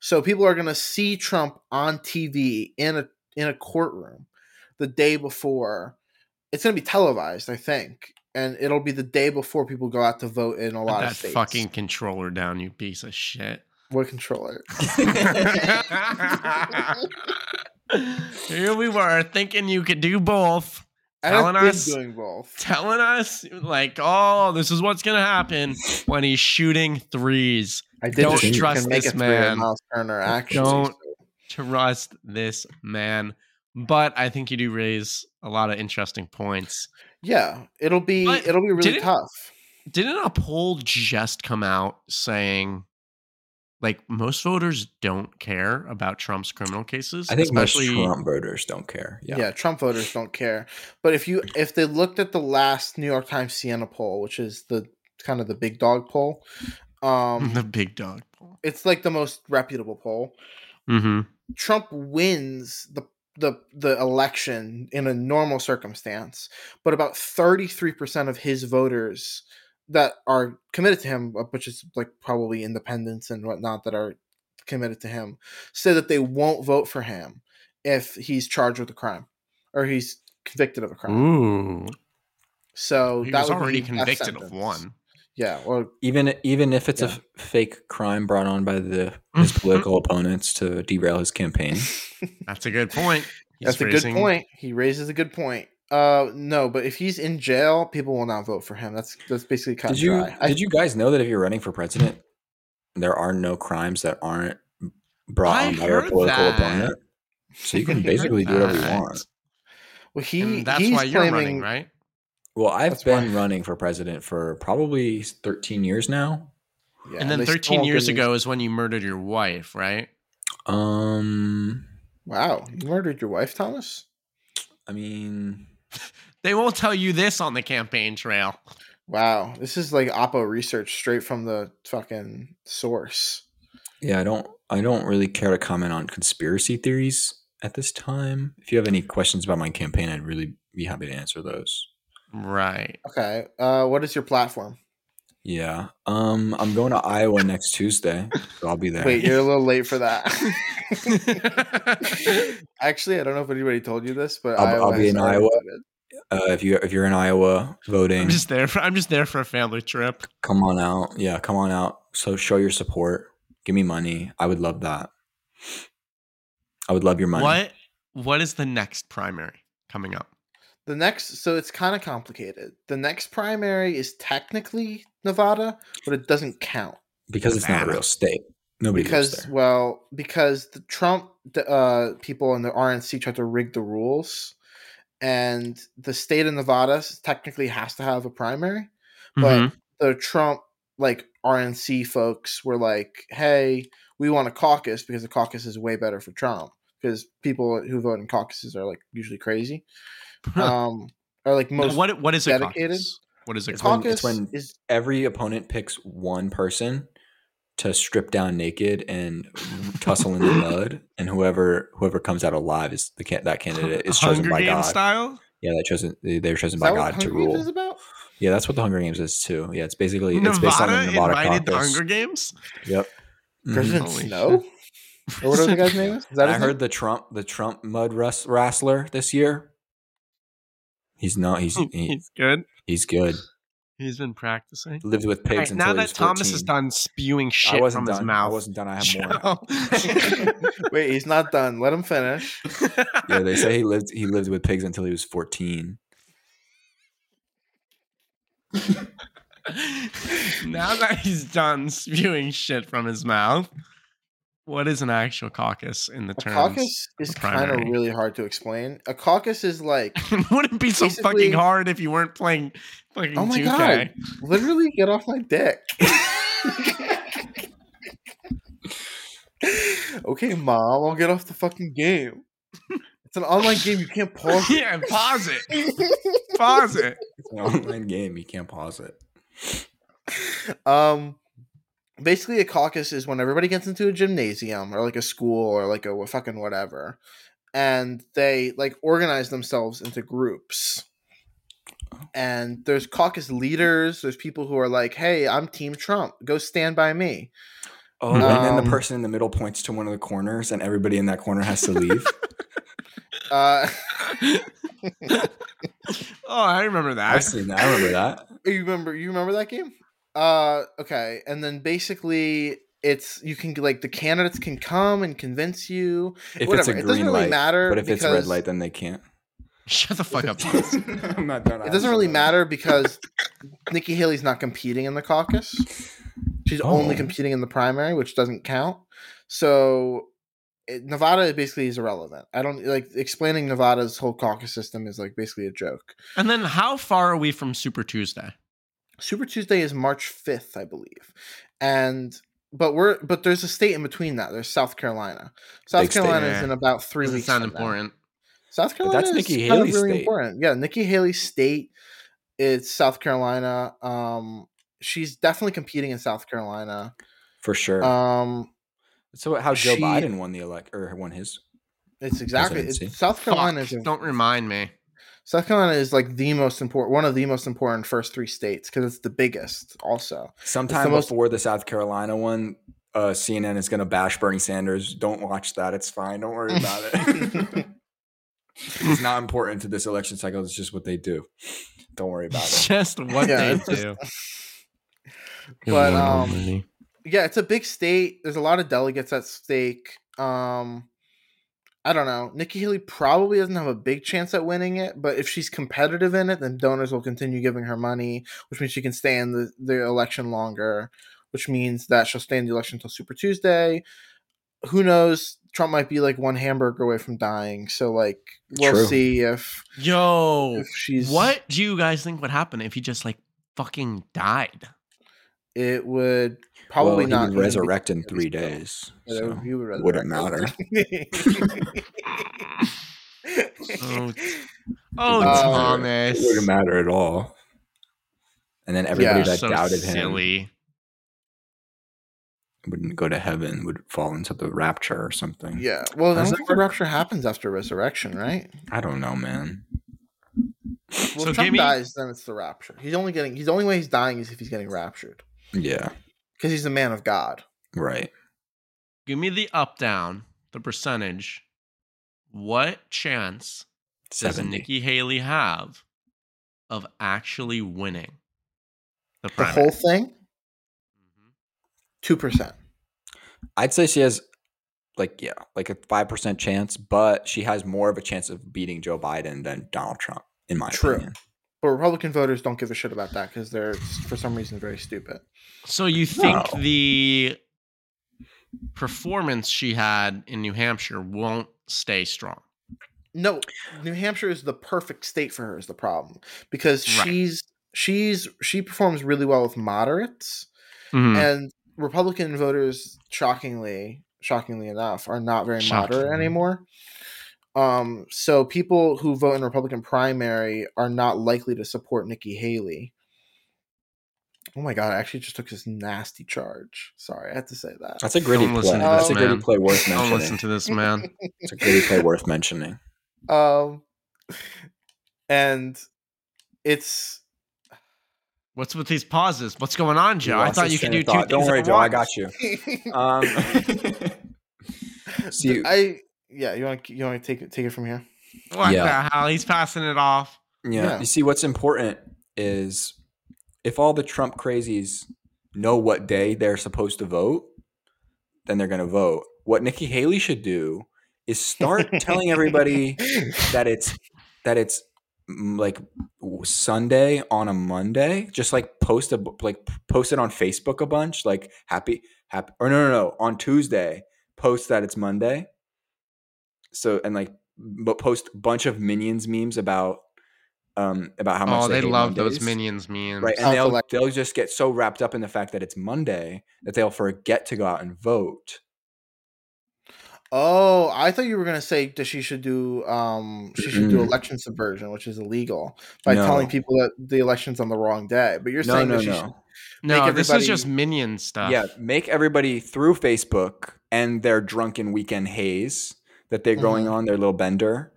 Speaker 2: so people are going to see trump on tv in a in a courtroom the day before. It's going to be televised, I think, and it'll be the day before people go out to vote in a
Speaker 1: Put
Speaker 2: lot
Speaker 1: that
Speaker 2: of states.
Speaker 1: fucking controller down, you piece of shit.
Speaker 2: what controller?
Speaker 1: Here we were thinking you could do both,
Speaker 2: I don't
Speaker 1: Telling
Speaker 2: think
Speaker 1: us-
Speaker 2: doing both.
Speaker 1: telling us like, "Oh, this is what's gonna happen when he's shooting threes.
Speaker 2: I did
Speaker 1: Don't
Speaker 2: just
Speaker 1: trust
Speaker 2: make
Speaker 1: this
Speaker 2: it through a
Speaker 1: man.
Speaker 2: Miles Turner. Actually,
Speaker 1: Don't- Trust this man." But I think you do raise a lot of interesting points.
Speaker 2: yeah, it'll be
Speaker 1: But
Speaker 2: it'll be really
Speaker 1: didn't-
Speaker 2: tough.
Speaker 1: Didn't a poll just come out saying? Like most voters don't care about Trump's criminal cases,
Speaker 3: I think
Speaker 1: especially
Speaker 3: most Trump voters don't care.
Speaker 2: Yeah.
Speaker 3: Yeah.
Speaker 2: Trump voters don't care. But if you if they looked at the last New York Times Siena poll, which is the kind of the big dog poll, um,
Speaker 1: the big dog poll.
Speaker 2: it's like the most reputable poll.
Speaker 1: Mm-hmm.
Speaker 2: Trump wins the the the election in a normal circumstance, but about thirty three percent of his voters that are committed to him, uh, which is like probably independents and whatnot that are committed to him, say that they won't vote for him if he's charged with a crime or he's convicted of a crime.
Speaker 1: Ooh,
Speaker 2: So
Speaker 1: Mm. he
Speaker 2: that
Speaker 1: was
Speaker 2: would be
Speaker 1: already
Speaker 2: a
Speaker 1: convicted of
Speaker 2: sentence.
Speaker 1: one.
Speaker 2: Yeah, or
Speaker 3: Even even if it's a
Speaker 2: Yeah.
Speaker 3: f- fake crime brought on by the his political opponents to derail his campaign.
Speaker 1: Mm. That's a good point.
Speaker 2: that's a
Speaker 1: raising-
Speaker 2: good point. He raises a good point. Uh, no, but if he's in jail, people will not vote for him. That's that's basically cut
Speaker 3: Did
Speaker 2: and
Speaker 3: you
Speaker 2: dry. I-
Speaker 3: did you guys know that if you're running for president, there are no crimes that aren't brought
Speaker 1: I
Speaker 3: on by your
Speaker 1: heard
Speaker 3: political
Speaker 1: that.
Speaker 3: opponent? So you
Speaker 2: I
Speaker 3: can
Speaker 2: heard
Speaker 3: basically do whatever you
Speaker 1: that.
Speaker 3: want.
Speaker 2: Well, he
Speaker 1: And that's
Speaker 2: he's
Speaker 1: why you're
Speaker 2: claiming,
Speaker 1: running, right?
Speaker 3: Well, I've
Speaker 2: That's
Speaker 3: been
Speaker 2: why-
Speaker 3: running for president for probably 13 years now.
Speaker 2: Yeah,
Speaker 1: and then
Speaker 2: they still
Speaker 1: 13
Speaker 2: won't give
Speaker 1: years
Speaker 2: me-
Speaker 1: ago is when you murdered your wife, right?
Speaker 3: Um,
Speaker 2: Wow, you murdered your wife, Thomas.
Speaker 3: I mean,
Speaker 1: They won't tell you this on the campaign trail.
Speaker 2: Wow, this is like Oppo research straight from the fucking source.
Speaker 3: yeah, I don't, I don't really care to comment on conspiracy theories at this time. If you have any questions about my campaign, I'd really be happy to answer those.
Speaker 1: Right.
Speaker 2: Okay, uh, what is your platform?
Speaker 3: Yeah. Um, I'm going to Iowa next Tuesday, so I'll be there.
Speaker 2: Wait, you're a little late for that.
Speaker 1: That's
Speaker 2: Actually, I don't know if anybody told you this, but
Speaker 3: I'll-
Speaker 2: Iowa
Speaker 3: I'll be
Speaker 2: has
Speaker 3: in
Speaker 2: already
Speaker 3: Iowa.
Speaker 2: voted.
Speaker 3: uh, if you if you're in Iowa
Speaker 1: I'm
Speaker 3: voting,
Speaker 1: just there for I'm just there for a family trip.
Speaker 3: come on out. Yeah, come on out. So show your support. Give me money. I would love that. I would love your money.
Speaker 1: What what is the next primary coming up?
Speaker 2: The next, so it's kind of complicated. The next primary is technically Nevada, but it doesn't count.
Speaker 3: Because it's not a real state. Nobody lives
Speaker 2: because
Speaker 3: there.
Speaker 2: well because the trump the, uh, people in the rnc tried to rig the rules and the state of nevada s- technically has to have a primary
Speaker 1: Mhm.
Speaker 2: but the trump like rnc folks were like hey we want a caucus because the caucus is way better for trump because people who vote in caucuses are like usually crazy
Speaker 3: Mm-hmm.
Speaker 2: um are like
Speaker 1: Now,
Speaker 2: most
Speaker 1: what what is a
Speaker 2: dedicated.
Speaker 1: caucus? What is
Speaker 2: the
Speaker 1: it?
Speaker 3: It's
Speaker 1: called?
Speaker 3: when-
Speaker 2: caucus
Speaker 3: when-
Speaker 2: is
Speaker 3: Every opponent picks one person to strip down naked and tussle in the mud, and whoever whoever comes out alive is the can- that candidate is chosen
Speaker 1: Hunger
Speaker 3: by
Speaker 1: Games
Speaker 3: God.
Speaker 1: style?
Speaker 3: Yeah, that chosen they're chosen
Speaker 2: is
Speaker 3: by
Speaker 2: that what
Speaker 3: God to
Speaker 2: Hunger Games
Speaker 3: rule.
Speaker 2: is about?
Speaker 3: Yeah, that's what the Hunger Games is too. Yeah, it's basically it's based on
Speaker 1: Nevada
Speaker 3: the Nevada
Speaker 1: invited the
Speaker 3: caucus.
Speaker 1: Hunger Games?
Speaker 3: Yep. Mhm.
Speaker 2: President
Speaker 1: Holy
Speaker 2: Snow? Or whatever the guy's name is? Is that
Speaker 3: I
Speaker 2: his name?
Speaker 3: heard the Trump the Trump mud rus- wrestler this year. He's not. He's he,
Speaker 1: Hmm, He's good.
Speaker 3: he's good.
Speaker 1: He's been practicing.
Speaker 3: Lived with
Speaker 1: All
Speaker 3: pigs
Speaker 1: right,
Speaker 3: until
Speaker 1: now
Speaker 3: he
Speaker 1: that
Speaker 3: was
Speaker 1: Thomas
Speaker 3: 14.
Speaker 1: is done spewing
Speaker 3: I
Speaker 1: shit
Speaker 3: wasn't
Speaker 1: from
Speaker 3: done.
Speaker 1: his mouth,
Speaker 3: I wasn't done. I have more.
Speaker 2: Wait, he's not done. Let him finish.
Speaker 3: Yeah, they say he lived. He lived with pigs until he was fourteen.
Speaker 1: now that he's done spewing shit from his mouth, what is an actual caucus in the
Speaker 2: A
Speaker 1: terms?
Speaker 2: caucus is kind of
Speaker 1: primary.
Speaker 2: really hard to explain. A caucus is like
Speaker 1: Wouldn't it be so
Speaker 2: Basically-
Speaker 1: fucking hard if you weren't playing fucking
Speaker 2: Oh my
Speaker 1: 2K.
Speaker 2: God. literally get off my dick. okay, mom, I'll get off the fucking game. It's an online game. You can't pause. it.
Speaker 1: yeah, pause it. Pause it.
Speaker 3: It's an online game. You can't pause it.
Speaker 2: um, basically, a caucus is when everybody gets into a gymnasium or like a school or like a wha- fucking whatever, and they like organize themselves into groups. And there's caucus leaders. There's people who are like, "Hey, I'm Team Trump. Go stand by me."
Speaker 3: Oh, and then
Speaker 2: Um,
Speaker 3: the person in the middle points to one of the corners, and everybody in that corner has to leave.
Speaker 2: Uh,
Speaker 1: oh, I remember that.
Speaker 3: I've seen that. I remember that.
Speaker 2: You remember? You remember that game? Uh, okay. And then basically, it's you can like the candidates can come and convince you.
Speaker 3: If
Speaker 2: Whatever,
Speaker 3: it's
Speaker 2: it
Speaker 3: a
Speaker 2: doesn't
Speaker 3: green
Speaker 2: really
Speaker 3: light,
Speaker 2: matter
Speaker 3: but if it's red
Speaker 2: because-
Speaker 3: light, then they can't.
Speaker 1: Shut the fuck up. Bob.
Speaker 3: I'm not done.
Speaker 2: It doesn't really matter because Nikki Haley's not competing in the caucus. She's only
Speaker 3: Oh.
Speaker 2: competing in the primary, which doesn't count. So it, Nevada basically is irrelevant. I don't like explaining Nevada's whole caucus system is like basically a joke.
Speaker 1: and then how far are we from Super Tuesday?
Speaker 2: Super Tuesday is March 5th, I believe. And but we're but there's a state in between that. There's South Carolina. South
Speaker 3: Big state.
Speaker 2: Carolina is
Speaker 1: Yeah.
Speaker 2: in about 3
Speaker 1: Doesn't
Speaker 2: weeks.
Speaker 1: sound
Speaker 2: from now.
Speaker 1: important.
Speaker 2: South
Speaker 3: But
Speaker 2: Carolina.
Speaker 3: that's
Speaker 2: is
Speaker 3: Nikki
Speaker 2: kind of
Speaker 3: Haley's
Speaker 2: really
Speaker 3: state.
Speaker 2: important. Yeah, Nikki Haley's state is South Carolina. Um, she's definitely competing in South Carolina.
Speaker 3: for sure.
Speaker 2: Um,
Speaker 3: so how Joe
Speaker 2: she-
Speaker 3: Biden won the elect or won his?
Speaker 2: it's exactly it's,
Speaker 3: Presidency.
Speaker 2: South Carolina.
Speaker 1: Fuck,
Speaker 2: Is,
Speaker 1: don't remind me.
Speaker 2: South Carolina is like the most important, one of the most important first three states because it's the biggest. Also,
Speaker 3: Sometime
Speaker 2: most-
Speaker 3: before the South Carolina one, uh, CNN is going to bash Bernie Sanders. Don't watch that. It's fine. Don't worry about it. it's not important to this election cycle. It's just what they do. Don't worry about it.
Speaker 1: Just what
Speaker 2: Yeah,
Speaker 1: they
Speaker 2: it's just-
Speaker 1: do. Good
Speaker 2: But,
Speaker 1: Lord
Speaker 2: um,
Speaker 1: Almighty.
Speaker 2: yeah, it's a big state. There's a lot of delegates at stake. Um, I don't know. Nikki Haley probably doesn't have a big chance at winning it, but if she's competitive in it, then donors will continue giving her money, which means she can stay in the, the election longer, which means that she'll stay in the election until Super Tuesday. Who knows? Trump might be like one hamburger away from dying. So, like, we'll
Speaker 3: True.
Speaker 2: see if,
Speaker 1: yo,
Speaker 2: if she's.
Speaker 1: what do you guys think would happen if he just like fucking died?
Speaker 2: It would
Speaker 3: well,
Speaker 2: probably
Speaker 3: he
Speaker 2: not.
Speaker 3: would
Speaker 2: even be-
Speaker 3: resurrect in three
Speaker 2: Yeah,
Speaker 3: days.
Speaker 2: it would-
Speaker 3: so
Speaker 2: he would resurrect
Speaker 3: wouldn't
Speaker 2: in
Speaker 3: matter.
Speaker 1: Oh,
Speaker 3: Oh,
Speaker 1: Oh,
Speaker 3: Uh,
Speaker 1: Thomas.
Speaker 3: It wouldn't matter at all. And then everybody
Speaker 2: Yeah.
Speaker 3: that
Speaker 1: so
Speaker 3: doubted him
Speaker 1: silly.
Speaker 3: wouldn't go to heaven, would fall into the rapture or something.
Speaker 2: Yeah. Well, I don't
Speaker 3: Does that
Speaker 2: think the
Speaker 3: work?
Speaker 2: rapture happens after resurrection, right?
Speaker 3: I don't know, man.
Speaker 2: Well,
Speaker 1: So
Speaker 2: if Trump
Speaker 1: give me-
Speaker 2: dies, then it's the rapture. He's only getting. He's the only way he's dying is if he's getting raptured
Speaker 3: Yeah,
Speaker 2: because he's a man of God.
Speaker 3: right.
Speaker 1: Give me the up down, the percentage. What chance does
Speaker 3: 70.
Speaker 1: Nikki Haley have of actually winning the
Speaker 2: The
Speaker 1: primary?
Speaker 2: whole thing,
Speaker 1: Mhm.
Speaker 2: two percent.
Speaker 3: I'd say she has like yeah, like a five percent chance, but she has more of a chance of beating Joe Biden than Donald Trump, in my
Speaker 2: True.
Speaker 3: opinion.
Speaker 2: But Republican voters don't give a shit about that because they're for some reason very stupid.
Speaker 1: So you think
Speaker 3: No.
Speaker 1: the performance she had in New Hampshire won't stay strong?
Speaker 2: No, New Hampshire is the perfect state for her. Is the problem because
Speaker 1: Right.
Speaker 2: she's she's she performs really well with moderates.
Speaker 3: Hmm.
Speaker 2: and Republican voters, shockingly, shockingly enough, are not very moderate
Speaker 1: Shockingly.
Speaker 2: anymore. Um, so people who vote in Republican primary are not likely to support Nikki Haley. Oh my god! I actually just took this nasty charge. Sorry, I had to say that.
Speaker 3: That's a gritty
Speaker 1: Don't
Speaker 3: play.
Speaker 1: listen
Speaker 2: to
Speaker 3: That's
Speaker 2: this
Speaker 3: a gritty
Speaker 1: man.
Speaker 3: play worth
Speaker 1: Don't listen
Speaker 3: mentioning.
Speaker 1: to this man.
Speaker 3: It's a gritty play worth mentioning.
Speaker 2: Um, and it's
Speaker 1: What's with these pauses? What's going on, Joe?
Speaker 3: You
Speaker 1: I
Speaker 3: lost
Speaker 1: thought
Speaker 3: his
Speaker 1: you could
Speaker 3: train
Speaker 1: do
Speaker 3: of
Speaker 1: two
Speaker 3: thought.
Speaker 1: things.
Speaker 3: Don't worry,
Speaker 1: at
Speaker 3: Joe. I
Speaker 1: once.
Speaker 3: got you. Um, Ah, so you,
Speaker 2: I yeah. You want to you want to take it take it from here?
Speaker 1: What
Speaker 3: Yeah.
Speaker 1: the hell? He's passing it off.
Speaker 3: Yeah.
Speaker 2: Yeah.
Speaker 3: You see, what's important is if all the Trump crazies know what day they're supposed to vote, then they're going to vote. What Nikki Haley should do is start telling everybody that it's that it's mm, like w- Sunday on a Monday. Just like post a bu- like p- post it on Facebook a bunch. Like happy happy or no no no on Tuesday post that it's Monday. So and like but post bunch of minions memes about um about how much
Speaker 1: Oh, they,
Speaker 3: hate
Speaker 1: love those
Speaker 3: Mondays.
Speaker 1: minions memes.
Speaker 3: Right, and
Speaker 2: Sounds
Speaker 3: they'll,
Speaker 2: like-
Speaker 3: they'll just get so wrapped up in the fact that it's Monday that they'll forget to go out and vote.
Speaker 2: Oh, I thought you were gonna say that she should do um she should do
Speaker 3: Mm-mm.
Speaker 2: election subversion, which is illegal, by
Speaker 3: No.
Speaker 2: telling people that the election's on the wrong day. But you're
Speaker 3: no,
Speaker 2: saying
Speaker 3: no,
Speaker 2: that she
Speaker 3: no.
Speaker 2: should
Speaker 1: No,
Speaker 2: Make
Speaker 1: this is
Speaker 2: everybody-
Speaker 1: just minion stuff.
Speaker 3: Yeah, make everybody through Facebook and their drunken weekend haze that they're going
Speaker 2: Mhm.
Speaker 3: on, their little bender.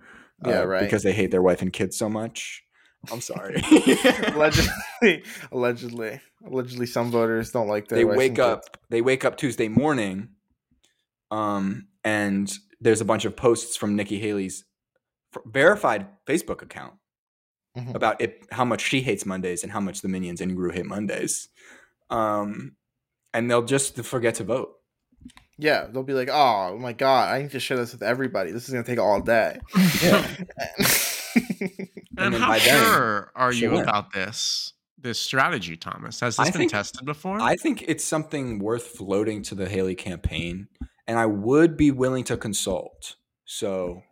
Speaker 3: uh,
Speaker 2: Yeah, right.
Speaker 3: Because they hate their wife and kids so much. I'm sorry.
Speaker 2: allegedly allegedly allegedly some voters don't like their
Speaker 3: they
Speaker 2: wives
Speaker 3: wake
Speaker 2: and kids.
Speaker 3: up. They wake up Tuesday morning, um, and there's a bunch of posts from Nikki Haley's f- verified Facebook account
Speaker 2: Mhm.
Speaker 3: about it, how much she hates Mondays and how much the minions and Gru hate Mondays. Um, and they'll just forget to vote.
Speaker 2: Yeah, they'll be like, "Oh my god, I need to share this with everybody. This is gonna take all day."
Speaker 1: And,
Speaker 3: And then
Speaker 1: how
Speaker 3: by then-
Speaker 1: sure are you
Speaker 3: Sure.
Speaker 1: about this this strategy, Thomas? Has this
Speaker 3: I
Speaker 1: been
Speaker 3: think-
Speaker 1: tested before?
Speaker 3: I think it's something worth floating to the Haley campaign, and I would be willing to consult. So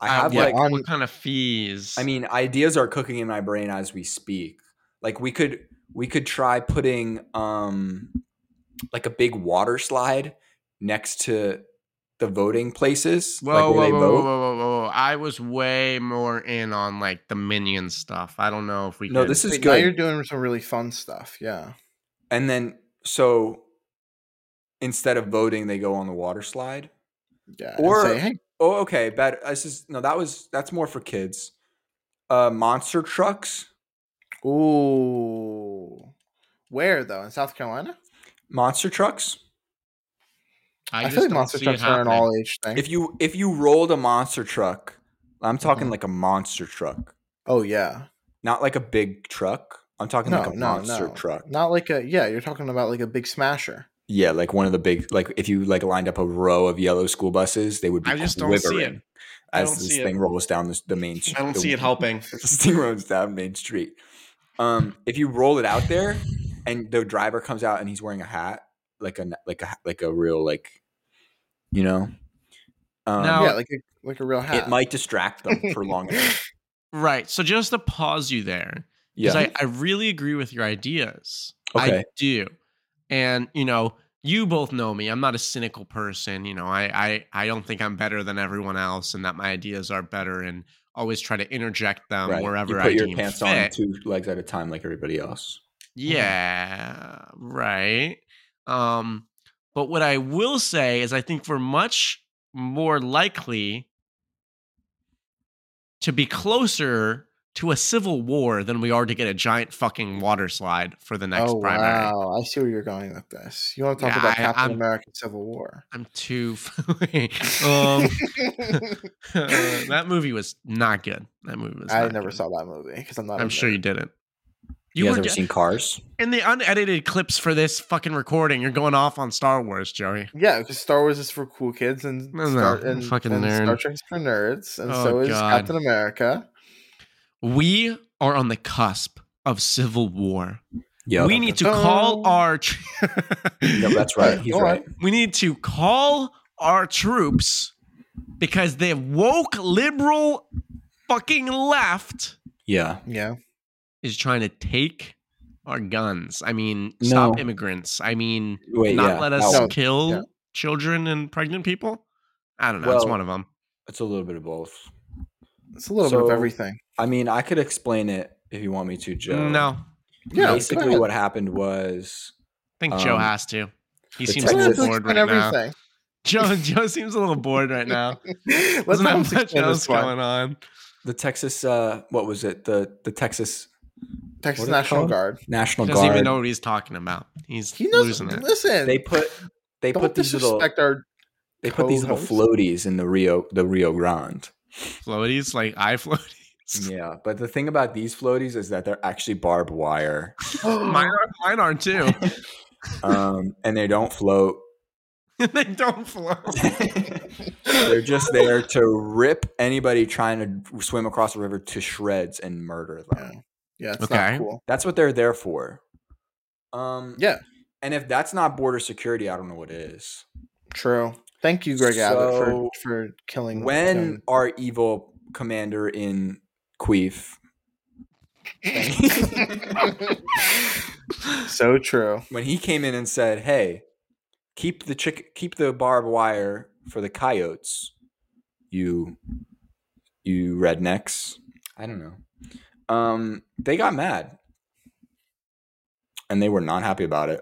Speaker 3: I
Speaker 1: Uh,
Speaker 3: have
Speaker 1: what,
Speaker 3: like,
Speaker 2: on-
Speaker 1: what kind of fees?
Speaker 3: I mean, ideas are cooking in my brain as we speak. Like we could we could try putting um like a big water slide next to the voting places,
Speaker 1: whoa, whoa,
Speaker 3: like where
Speaker 1: whoa,
Speaker 3: they
Speaker 1: whoa, whoa,
Speaker 3: vote.
Speaker 1: whoa, whoa, whoa! I was way more in on like the minion stuff. I don't know if we.
Speaker 3: No,
Speaker 1: could-
Speaker 3: this is
Speaker 2: Wait, now
Speaker 3: good.
Speaker 2: you're doing some really fun stuff. Yeah.
Speaker 3: and then so instead of voting, they go on the water slide.
Speaker 2: Yeah.
Speaker 3: Or-
Speaker 2: Or say, hey,
Speaker 3: Oh, okay. Bad. This is no. That was that's more for kids. Uh, monster trucks.
Speaker 2: ooh, where though? In South Carolina?
Speaker 3: Monster trucks.
Speaker 1: I,
Speaker 2: I,
Speaker 1: just
Speaker 2: feel like
Speaker 1: don't
Speaker 2: monster
Speaker 1: see it
Speaker 2: trucks are an
Speaker 1: happening.
Speaker 2: all age thing.
Speaker 3: If you if you rolled a monster truck, I'm talking
Speaker 1: Mm-hmm.
Speaker 3: like a monster truck,
Speaker 2: oh yeah.
Speaker 3: not like a big truck. I'm talking
Speaker 2: No,
Speaker 3: like a
Speaker 2: no,
Speaker 3: monster
Speaker 2: no.
Speaker 3: truck.
Speaker 2: Not like a yeah. You're talking about like a big smasher.
Speaker 3: Yeah, like one of the big like if you like lined up a row of yellow school buses, they would be
Speaker 1: I just don't
Speaker 3: quivering
Speaker 1: see it. I
Speaker 3: as
Speaker 1: don't
Speaker 3: this
Speaker 1: see it.
Speaker 3: thing rolls down the, the main.
Speaker 1: I don't
Speaker 3: the-
Speaker 1: see it helping.
Speaker 3: this thing rolls down Main Street. Um, if you roll it out there, and the driver comes out and he's wearing a hat, like a like a like a real like, you know, um,
Speaker 1: Now- Oh.
Speaker 2: yeah, like a like a real hat.
Speaker 3: it might distract them for long enough.
Speaker 1: Right. So just to pause you there,
Speaker 3: Yeah,
Speaker 1: because I, I really agree with your ideas. I
Speaker 3: Okay.
Speaker 1: do. And, you know, you both know me. I'm not a cynical person. You know, I, I, I don't think I'm better than everyone else and that my ideas are better and always try to interject them
Speaker 3: right.
Speaker 1: wherever
Speaker 3: you put
Speaker 1: I
Speaker 3: your
Speaker 1: deem
Speaker 3: pants
Speaker 1: fit.
Speaker 3: on two legs at a time, like everybody else.
Speaker 2: Mm-hmm.
Speaker 1: Yeah, right. Um, but what I will say is I think we're much more likely to be closer to a civil war than we are to get a giant fucking water slide for the next
Speaker 2: oh
Speaker 1: primary.
Speaker 2: wow! I see where you're going with this. You want to talk
Speaker 1: Yeah,
Speaker 2: about
Speaker 1: I-
Speaker 2: Captain
Speaker 1: I'm-
Speaker 2: America Civil War?
Speaker 1: I'm too um uh, that movie was not good. That movie was
Speaker 2: I
Speaker 1: not
Speaker 2: never
Speaker 1: good.
Speaker 2: saw that movie because I'm not.
Speaker 1: I'm
Speaker 2: a
Speaker 1: sure
Speaker 2: nerd.
Speaker 1: you didn't.
Speaker 3: You, guys
Speaker 1: were
Speaker 3: ever
Speaker 1: ju-
Speaker 3: seen Cars?
Speaker 1: in the unedited clips for this fucking recording, you're going off on Star Wars, Joey.
Speaker 2: Yeah, because Star Wars is for cool kids and,
Speaker 1: No, no,
Speaker 2: Star,
Speaker 1: I'm
Speaker 2: and,
Speaker 1: fucking
Speaker 2: and Star
Speaker 1: nerd.
Speaker 2: Trek's for nerds, and
Speaker 1: Oh,
Speaker 2: so is
Speaker 1: God.
Speaker 2: Captain America.
Speaker 1: We are on the cusp of civil war.
Speaker 3: Yeah,
Speaker 1: we need to call
Speaker 2: Dun.
Speaker 1: our
Speaker 3: No, that's right. He's
Speaker 2: Go on.
Speaker 3: right.
Speaker 1: we need to call our troops because the woke liberal fucking left
Speaker 3: Yeah,
Speaker 2: Yeah,
Speaker 1: is trying to take our guns. I mean, stop
Speaker 3: No.
Speaker 1: immigrants. I mean,
Speaker 3: wait.
Speaker 1: not
Speaker 3: yeah,
Speaker 1: let
Speaker 3: that
Speaker 1: us
Speaker 3: one.
Speaker 2: No,
Speaker 1: kill
Speaker 2: yeah.
Speaker 1: children and pregnant people. I don't know. it's
Speaker 3: Well,
Speaker 1: one of them.
Speaker 3: It's a little bit of both.
Speaker 2: it's a little bit
Speaker 3: So-
Speaker 2: of everything.
Speaker 3: I mean, I could explain it if you want me to, Joe.
Speaker 1: No, I
Speaker 2: Yeah,
Speaker 3: basically what happened was
Speaker 1: think Joe
Speaker 3: Um,
Speaker 1: has to. He
Speaker 3: the
Speaker 1: seems a
Speaker 3: Texas-
Speaker 1: little bored right now.
Speaker 2: everything.
Speaker 1: Joe, Joe seems a little bored right now.
Speaker 2: Let's
Speaker 1: Doesn't
Speaker 2: not
Speaker 1: have much
Speaker 2: explain
Speaker 1: else
Speaker 2: this one.
Speaker 1: going on.
Speaker 3: the Texas uh what was it? The the Texas
Speaker 2: Texas
Speaker 3: What is it
Speaker 2: National
Speaker 3: called?
Speaker 2: Guard.
Speaker 3: National
Speaker 1: Doesn't
Speaker 3: Oh, Guard.
Speaker 1: even know what he's talking about. He's
Speaker 2: He knows.
Speaker 1: losing it.
Speaker 2: Listen,
Speaker 3: they put they
Speaker 2: don't
Speaker 3: put these little
Speaker 2: disrespect our.
Speaker 3: they put these little
Speaker 2: co-host.
Speaker 3: floaties in the Rio the Rio Grande.
Speaker 1: Floaties, like I floaties.
Speaker 3: Yeah, but the thing about these floaties is that they're actually barbed wire.
Speaker 1: Mine are, mine are too.
Speaker 3: Um and they don't float.
Speaker 1: they don't float.
Speaker 3: They're just there to rip anybody trying to swim across the river to shreds and murder them.
Speaker 2: Yeah. yeah, it's
Speaker 1: Okay.
Speaker 2: not cool.
Speaker 3: That's what they're there for. Um
Speaker 2: Yeah,
Speaker 3: and if that's not border security, I don't know what is.
Speaker 2: true. Thank you, Greg Abbott, for
Speaker 3: So,
Speaker 2: for killing
Speaker 3: when
Speaker 2: him.
Speaker 3: our evil commander in Queef,
Speaker 2: so true.
Speaker 3: when he came in and said, "Hey, keep the chick, keep the barbed wire for the coyotes," you, you rednecks. I don't know. Um, they got mad, and they were not happy about it.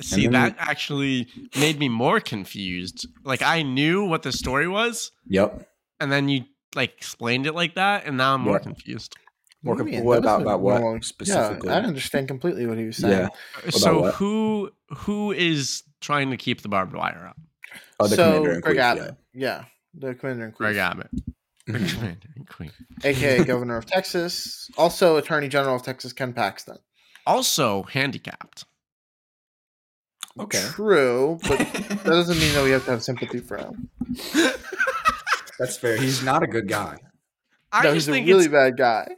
Speaker 1: See,
Speaker 3: And then
Speaker 1: that actually made me more confused. Like I knew what the story was,
Speaker 3: Yep.
Speaker 1: and then you like explained it like that, and now I'm more
Speaker 3: Yeah.
Speaker 1: confused.
Speaker 3: More
Speaker 2: do you
Speaker 3: com-
Speaker 2: mean? That
Speaker 3: what
Speaker 2: was
Speaker 3: about-
Speaker 2: a
Speaker 3: about what
Speaker 2: normal-
Speaker 3: specifically?
Speaker 2: Yeah, I understand completely what he was saying.
Speaker 3: Yeah.
Speaker 1: so
Speaker 3: what?
Speaker 1: who who is trying to keep the barbed wire up?
Speaker 3: Oh, the
Speaker 2: so
Speaker 3: commander in
Speaker 2: Greg
Speaker 3: Queef. yeah.
Speaker 2: Abbott, yeah. the commander in Queef.
Speaker 1: Greg Abbott. They're commander and queen.
Speaker 2: aka governor of Texas, also Attorney General of Texas Ken Paxton.
Speaker 1: Also handicapped.
Speaker 3: Okay.
Speaker 2: True, but that doesn't mean that we have to have sympathy for him.
Speaker 3: That's fair. He's not a good guy.
Speaker 1: I
Speaker 2: no,
Speaker 1: just
Speaker 2: he's a
Speaker 1: think
Speaker 2: really
Speaker 1: it's,
Speaker 2: bad guy.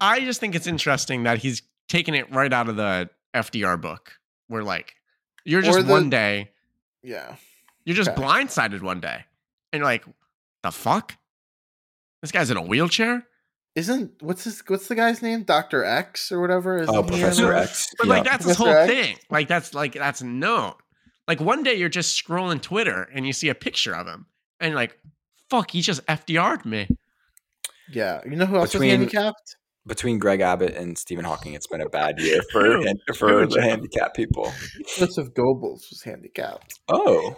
Speaker 1: I just think it's interesting that he's taking it right out of the FDR book. Where like you're just
Speaker 2: Or the-
Speaker 1: one day,
Speaker 2: Yeah.
Speaker 1: you're just
Speaker 2: Okay.
Speaker 1: blindsided one day, and you're like, the fuck? This guy's in a wheelchair.
Speaker 2: Isn't what's his what's the guy's name? Doctor X or whatever? Isn't
Speaker 3: Oh,
Speaker 2: he
Speaker 3: Professor
Speaker 2: in-
Speaker 3: X.
Speaker 1: But like
Speaker 3: yeah.
Speaker 1: that's his
Speaker 2: Mr.
Speaker 1: whole
Speaker 2: X?
Speaker 1: thing. Like that's like that's known. Like one day you're just scrolling Twitter and you see a picture of him and you're like, fuck, he just FDR'd me.
Speaker 2: Yeah. You know who else
Speaker 3: Between-
Speaker 2: was handicapped?
Speaker 3: Between Greg Abbott and Stephen Hawking, it's been a bad year for for the handicapped people.
Speaker 2: Joseph Goebbels was handicapped.
Speaker 3: Oh,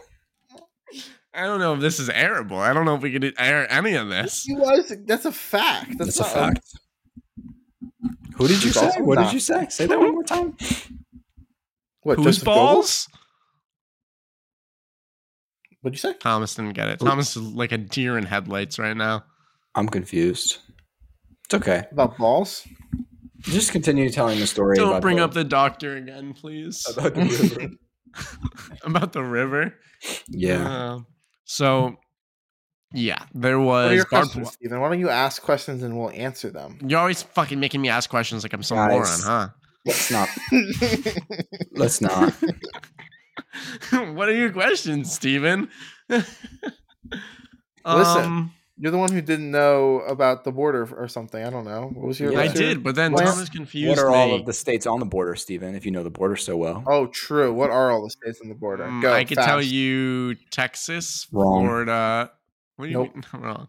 Speaker 1: I don't know if this is airable. I don't know if we could air any of this.
Speaker 2: He was that's a fact.
Speaker 3: that's,
Speaker 2: That's,
Speaker 3: a
Speaker 2: not
Speaker 3: fact. Who did you
Speaker 2: It's
Speaker 3: say?
Speaker 2: also
Speaker 3: What did
Speaker 2: not-
Speaker 3: you say? Say that one more time.
Speaker 2: what
Speaker 1: Whose
Speaker 2: Joseph Goebbels?
Speaker 1: balls?
Speaker 2: What'd you say?
Speaker 1: Thomas didn't get it.
Speaker 3: Who-
Speaker 1: Thomas is like a deer in headlights right now.
Speaker 3: I'm confused. It's okay.
Speaker 2: About balls?
Speaker 1: Uh,
Speaker 3: Just continue telling the story.
Speaker 1: Don't
Speaker 3: about
Speaker 1: bring up the doctor again, please.
Speaker 3: about the river.
Speaker 1: About the river.
Speaker 3: yeah.
Speaker 1: Um, so, yeah, there
Speaker 2: What are
Speaker 1: was.
Speaker 2: your
Speaker 1: Barb-
Speaker 2: questions, Steven? Why don't you ask questions and we'll answer them?
Speaker 1: you're always fucking making me ask questions like I'm some
Speaker 3: Guys.
Speaker 1: moron, huh?
Speaker 3: Let's not. Let's not.
Speaker 1: what are your questions, Steven? Um,
Speaker 2: Listen, You're the one who didn't know about the border or something. I don't know. What was your?
Speaker 3: Yeah,
Speaker 1: I
Speaker 3: sure.
Speaker 1: did, but then
Speaker 2: What-
Speaker 1: Thomas confused
Speaker 3: What are all
Speaker 1: me.
Speaker 3: of the states on the border, Stephen? If you know the border so well.
Speaker 2: Oh, true. What are all the states on the border?
Speaker 1: Mm,
Speaker 2: Go.
Speaker 1: I could tell
Speaker 2: fast.
Speaker 1: you Texas,
Speaker 3: Wrong.
Speaker 1: Florida. What do you
Speaker 2: Nope.
Speaker 1: mean? Wrong.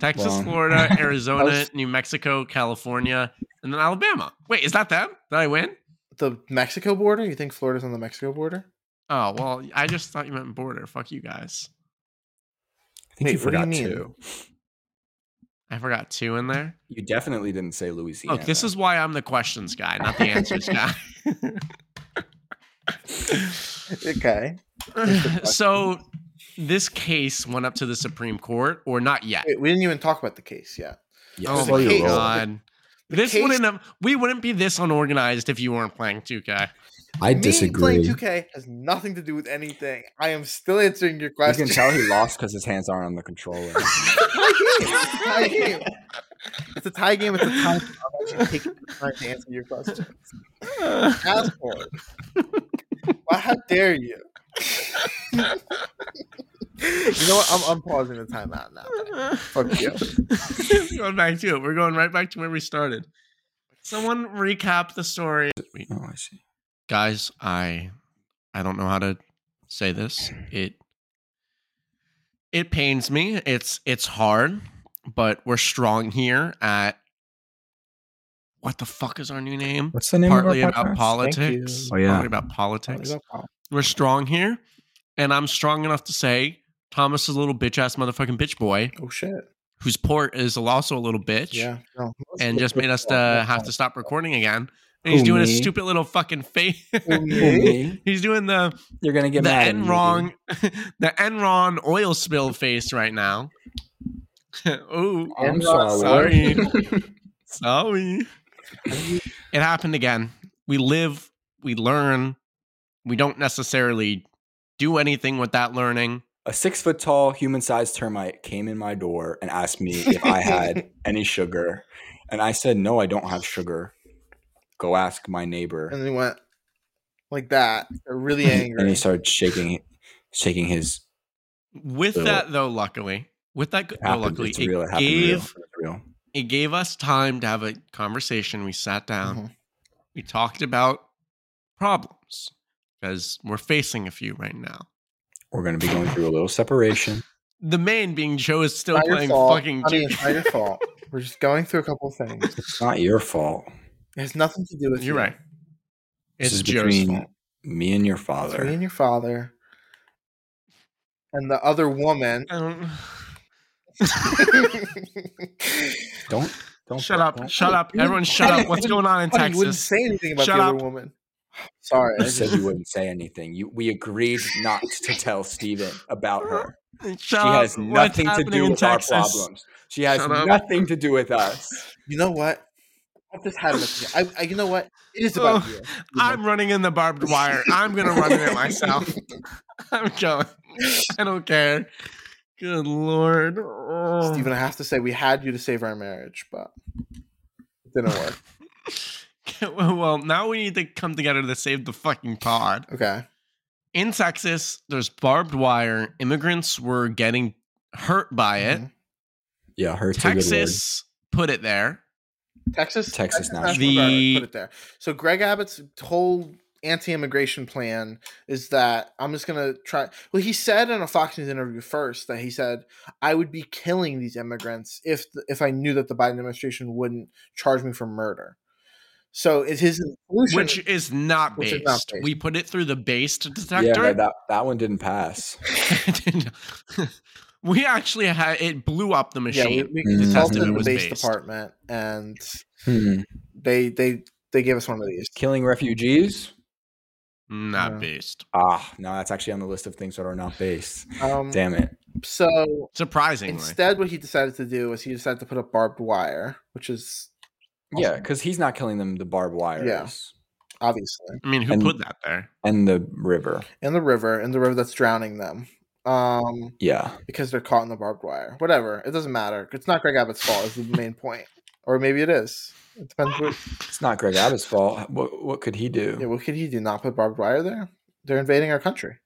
Speaker 1: Texas,
Speaker 3: Wrong.
Speaker 1: Florida, Arizona,
Speaker 2: was-
Speaker 1: New Mexico, California, and then Alabama. Wait, is that them? Did I win?
Speaker 2: the Mexico border. You think Florida's on the Mexico border?
Speaker 1: Oh well, I just thought you meant border. Fuck you guys.
Speaker 3: I think
Speaker 2: Wait,
Speaker 3: you
Speaker 2: what do you
Speaker 3: forgot
Speaker 2: mean?
Speaker 3: two.
Speaker 1: I forgot two in there.
Speaker 3: You definitely didn't say Louisiana.
Speaker 1: Look, this is why I'm the questions guy, not the answers guy.
Speaker 2: Okay.
Speaker 1: so this case went up to the Supreme Court, or not yet?
Speaker 2: Wait, we didn't even talk about the case yet.
Speaker 3: Yes.
Speaker 1: oh
Speaker 2: the
Speaker 1: my
Speaker 2: case-
Speaker 1: god! This
Speaker 2: case-
Speaker 1: wouldn't have, we wouldn't be this unorganized if you weren't playing 2K.
Speaker 3: I
Speaker 2: Me
Speaker 3: disagree.
Speaker 2: Playing 2K has nothing to do with anything. I am still answering your
Speaker 3: You
Speaker 2: question.
Speaker 3: can tell he lost because his hands aren't on the controller.
Speaker 2: It's a tie game. It's a tie game. It's a tie game. I'm actually taking the time to answer your question. Asshole. Why, how dare you? you know what? I'm, I'm pausing the timeout now. Fuck you.
Speaker 1: going back to it. We're going right back to where we started. Someone recap the story,
Speaker 3: oh, I see.
Speaker 1: guys. I I don't know how to say this. It it pains me. It's it's hard, but we're strong here at what the fuck is our new name?
Speaker 3: What's the name
Speaker 1: partly
Speaker 3: of our
Speaker 1: about
Speaker 3: podcast?
Speaker 1: politics.
Speaker 2: you.
Speaker 3: Oh, yeah.
Speaker 1: Partly about politics. We're strong here, and I'm strong enough to say Thomas is a little bitch ass motherfucking bitch boy
Speaker 2: Oh shit.
Speaker 1: whose port is also a little bitch
Speaker 2: Yeah. No.
Speaker 1: and just made us to have to stop recording again. And he's
Speaker 3: Who,
Speaker 1: doing a
Speaker 3: me?
Speaker 1: stupid little fucking face.
Speaker 3: Me?
Speaker 1: he's doing the
Speaker 3: You're gonna get
Speaker 1: the
Speaker 3: mad. at me.
Speaker 1: Enron the Enron oil spill face right now. oh,
Speaker 3: I'm
Speaker 2: Enron,
Speaker 1: sorry. sorry. It happened again. We live, we learn. We don't necessarily do anything with that learning.
Speaker 3: A six foot tall human sized termite came in my door and asked me if I had any sugar, and I said no, I don't have sugar. Go ask my neighbor.
Speaker 2: And they went like that. They're really angry.
Speaker 3: And he started shaking, shaking his.
Speaker 1: With
Speaker 3: So-
Speaker 1: that though, luckily, with that go- though,
Speaker 3: Happened.
Speaker 1: luckily,
Speaker 3: it's real. It
Speaker 1: it
Speaker 3: happened real.
Speaker 1: gave
Speaker 3: It's real.
Speaker 1: it gave us time to have a conversation. We sat down.
Speaker 3: Mm-hmm.
Speaker 2: Mhm.
Speaker 1: We talked about problems because we're facing a few right now.
Speaker 3: We're gonna be going through a little separation.
Speaker 1: The main being Joe is still
Speaker 2: Not your
Speaker 1: playing
Speaker 2: fault.
Speaker 1: fucking
Speaker 2: Honey,
Speaker 1: Duke.
Speaker 2: it's not your fault. We're just going through a couple things.
Speaker 3: It's not your fault.
Speaker 2: It has nothing to do with
Speaker 1: You're
Speaker 2: you.
Speaker 1: right.
Speaker 3: This
Speaker 1: It's
Speaker 3: is
Speaker 1: Joe's
Speaker 3: between
Speaker 1: fault.
Speaker 3: me and your
Speaker 2: It's me
Speaker 3: father.
Speaker 2: and your father, and the other woman.
Speaker 1: I don't-
Speaker 3: Don't don't
Speaker 1: Shut up.
Speaker 3: don't-
Speaker 1: Shut up. Everyone shut up. What's going on in
Speaker 2: Honey, you wouldn't
Speaker 1: Texas?
Speaker 2: say anything about
Speaker 1: Shut
Speaker 2: the other
Speaker 1: up.
Speaker 2: woman. Sorry. I
Speaker 3: You said
Speaker 2: just-
Speaker 3: you wouldn't say anything. You, we agreed not to tell Steven about her.
Speaker 1: Shut
Speaker 3: She
Speaker 1: up. What's
Speaker 3: has nothing to
Speaker 1: happening
Speaker 3: do
Speaker 1: in
Speaker 3: with our
Speaker 1: Texas?
Speaker 3: problems. She has
Speaker 1: Shut up.
Speaker 3: nothing to do with us.
Speaker 2: you know what? I've just had enough. of you. I, I, you know what? It is about
Speaker 1: Oh,
Speaker 2: you.
Speaker 1: I'm running in the barbed wire. I'm gonna run in it myself. I'm going. I don't care. Good lord. Oh.
Speaker 2: Stephen, I have to say, we had you to save our marriage, but it didn't work.
Speaker 1: Oh. Well, now we need to come together to save the fucking pod.
Speaker 2: Okay.
Speaker 1: In Texas, there's barbed wire. Immigrants were getting hurt by it.
Speaker 2: Mhm.
Speaker 3: Yeah, her
Speaker 1: Texas put it there.
Speaker 2: Texas,
Speaker 3: Texas National
Speaker 2: Guard
Speaker 1: The-
Speaker 2: put it there. So Greg Abbott's whole anti-immigration plan is that I'm just gonna try. Well, he said in a Fox News interview first that he said I would be killing these immigrants if th- if I knew that the Biden administration wouldn't charge me for murder. So it's his solution.
Speaker 1: which is not
Speaker 2: Which
Speaker 1: based.
Speaker 2: is not based.
Speaker 1: We put it through the based detector.
Speaker 3: Yeah, but that, that one didn't pass.
Speaker 1: we actually had it blew up the
Speaker 2: yeah, we,
Speaker 1: machine.
Speaker 2: we
Speaker 3: Mm.
Speaker 2: consulted
Speaker 1: Tested it
Speaker 2: in the
Speaker 1: was
Speaker 2: base
Speaker 1: based.
Speaker 2: department, and
Speaker 3: Hmm.
Speaker 2: they they they gave us one of these.
Speaker 3: Killing refugees?
Speaker 1: Not
Speaker 2: Yeah.
Speaker 1: based.
Speaker 3: Ah, no, that's actually on the list of things that are not based.
Speaker 2: Um,
Speaker 3: Damn it.
Speaker 2: So
Speaker 1: Surprisingly,
Speaker 2: instead, what he decided to do was he decided to put up barbed wire, which is
Speaker 3: Yeah, because he's not killing them the barbed wires
Speaker 2: obviously
Speaker 1: I mean, who
Speaker 3: and-
Speaker 1: put that there?
Speaker 3: and the river.
Speaker 2: in the river in the river that's drowning them um
Speaker 3: Yeah.
Speaker 2: because they're caught in the barbed wire whatever it doesn't matter it's not greg abbott's fault is the main point or maybe it is it depends what
Speaker 3: It's not Greg Abbott's fault. What, what could he do?
Speaker 2: yeah, what could he do not put barbed wire there they're invading our country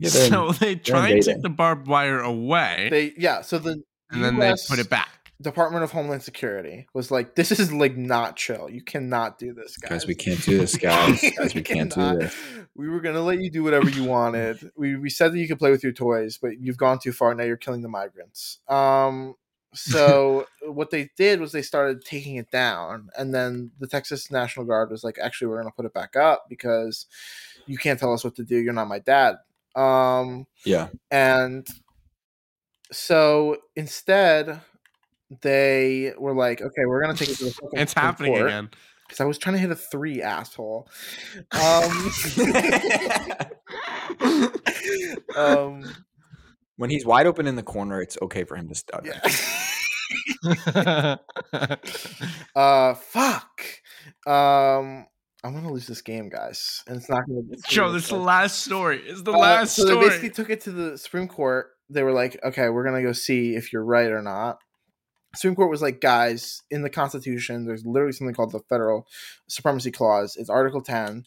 Speaker 3: Yeah, they're-
Speaker 1: so they try and take
Speaker 3: invading.
Speaker 1: the barbed wire away,
Speaker 2: they yeah so the
Speaker 1: Eh. and then
Speaker 2: US
Speaker 1: they put it back.
Speaker 2: department of homeland security was like this is like not chill you cannot do this guys,
Speaker 3: guys, we can't do this, guys. Guys, Um, we can't do
Speaker 2: cannot.
Speaker 3: this.
Speaker 2: We were gonna let you do whatever you wanted. We we said that you could play with your toys, but you've gone too far. Now you're killing the migrants. Um. So what they did was they started taking it down, and then the Texas National Guard was like, "Actually, we're gonna put it back up because you can't tell us what to do. You're not my dad." Um.
Speaker 3: Yeah.
Speaker 2: And so instead, they were like, okay, we're going to take it to the fucking
Speaker 1: It's
Speaker 2: Supreme
Speaker 1: happening
Speaker 2: Court,"
Speaker 1: again.
Speaker 2: Because I was trying to hit a three, asshole. Um, um,
Speaker 3: when he's wide open in the corner, it's okay for him to stutter.
Speaker 2: yeah. Uh, fuck. Um, I'm going to lose this game, guys. And it's not going to
Speaker 1: Joe, this is the last story. It's the
Speaker 2: Uh,
Speaker 1: last
Speaker 2: so
Speaker 1: story.
Speaker 2: they basically took it to the Supreme Court. They were like, okay, we're gonna go see if you're right or not. Supreme Court was like, guys, in the Constitution, there's literally something called the Federal Supremacy Clause. It's Article 10.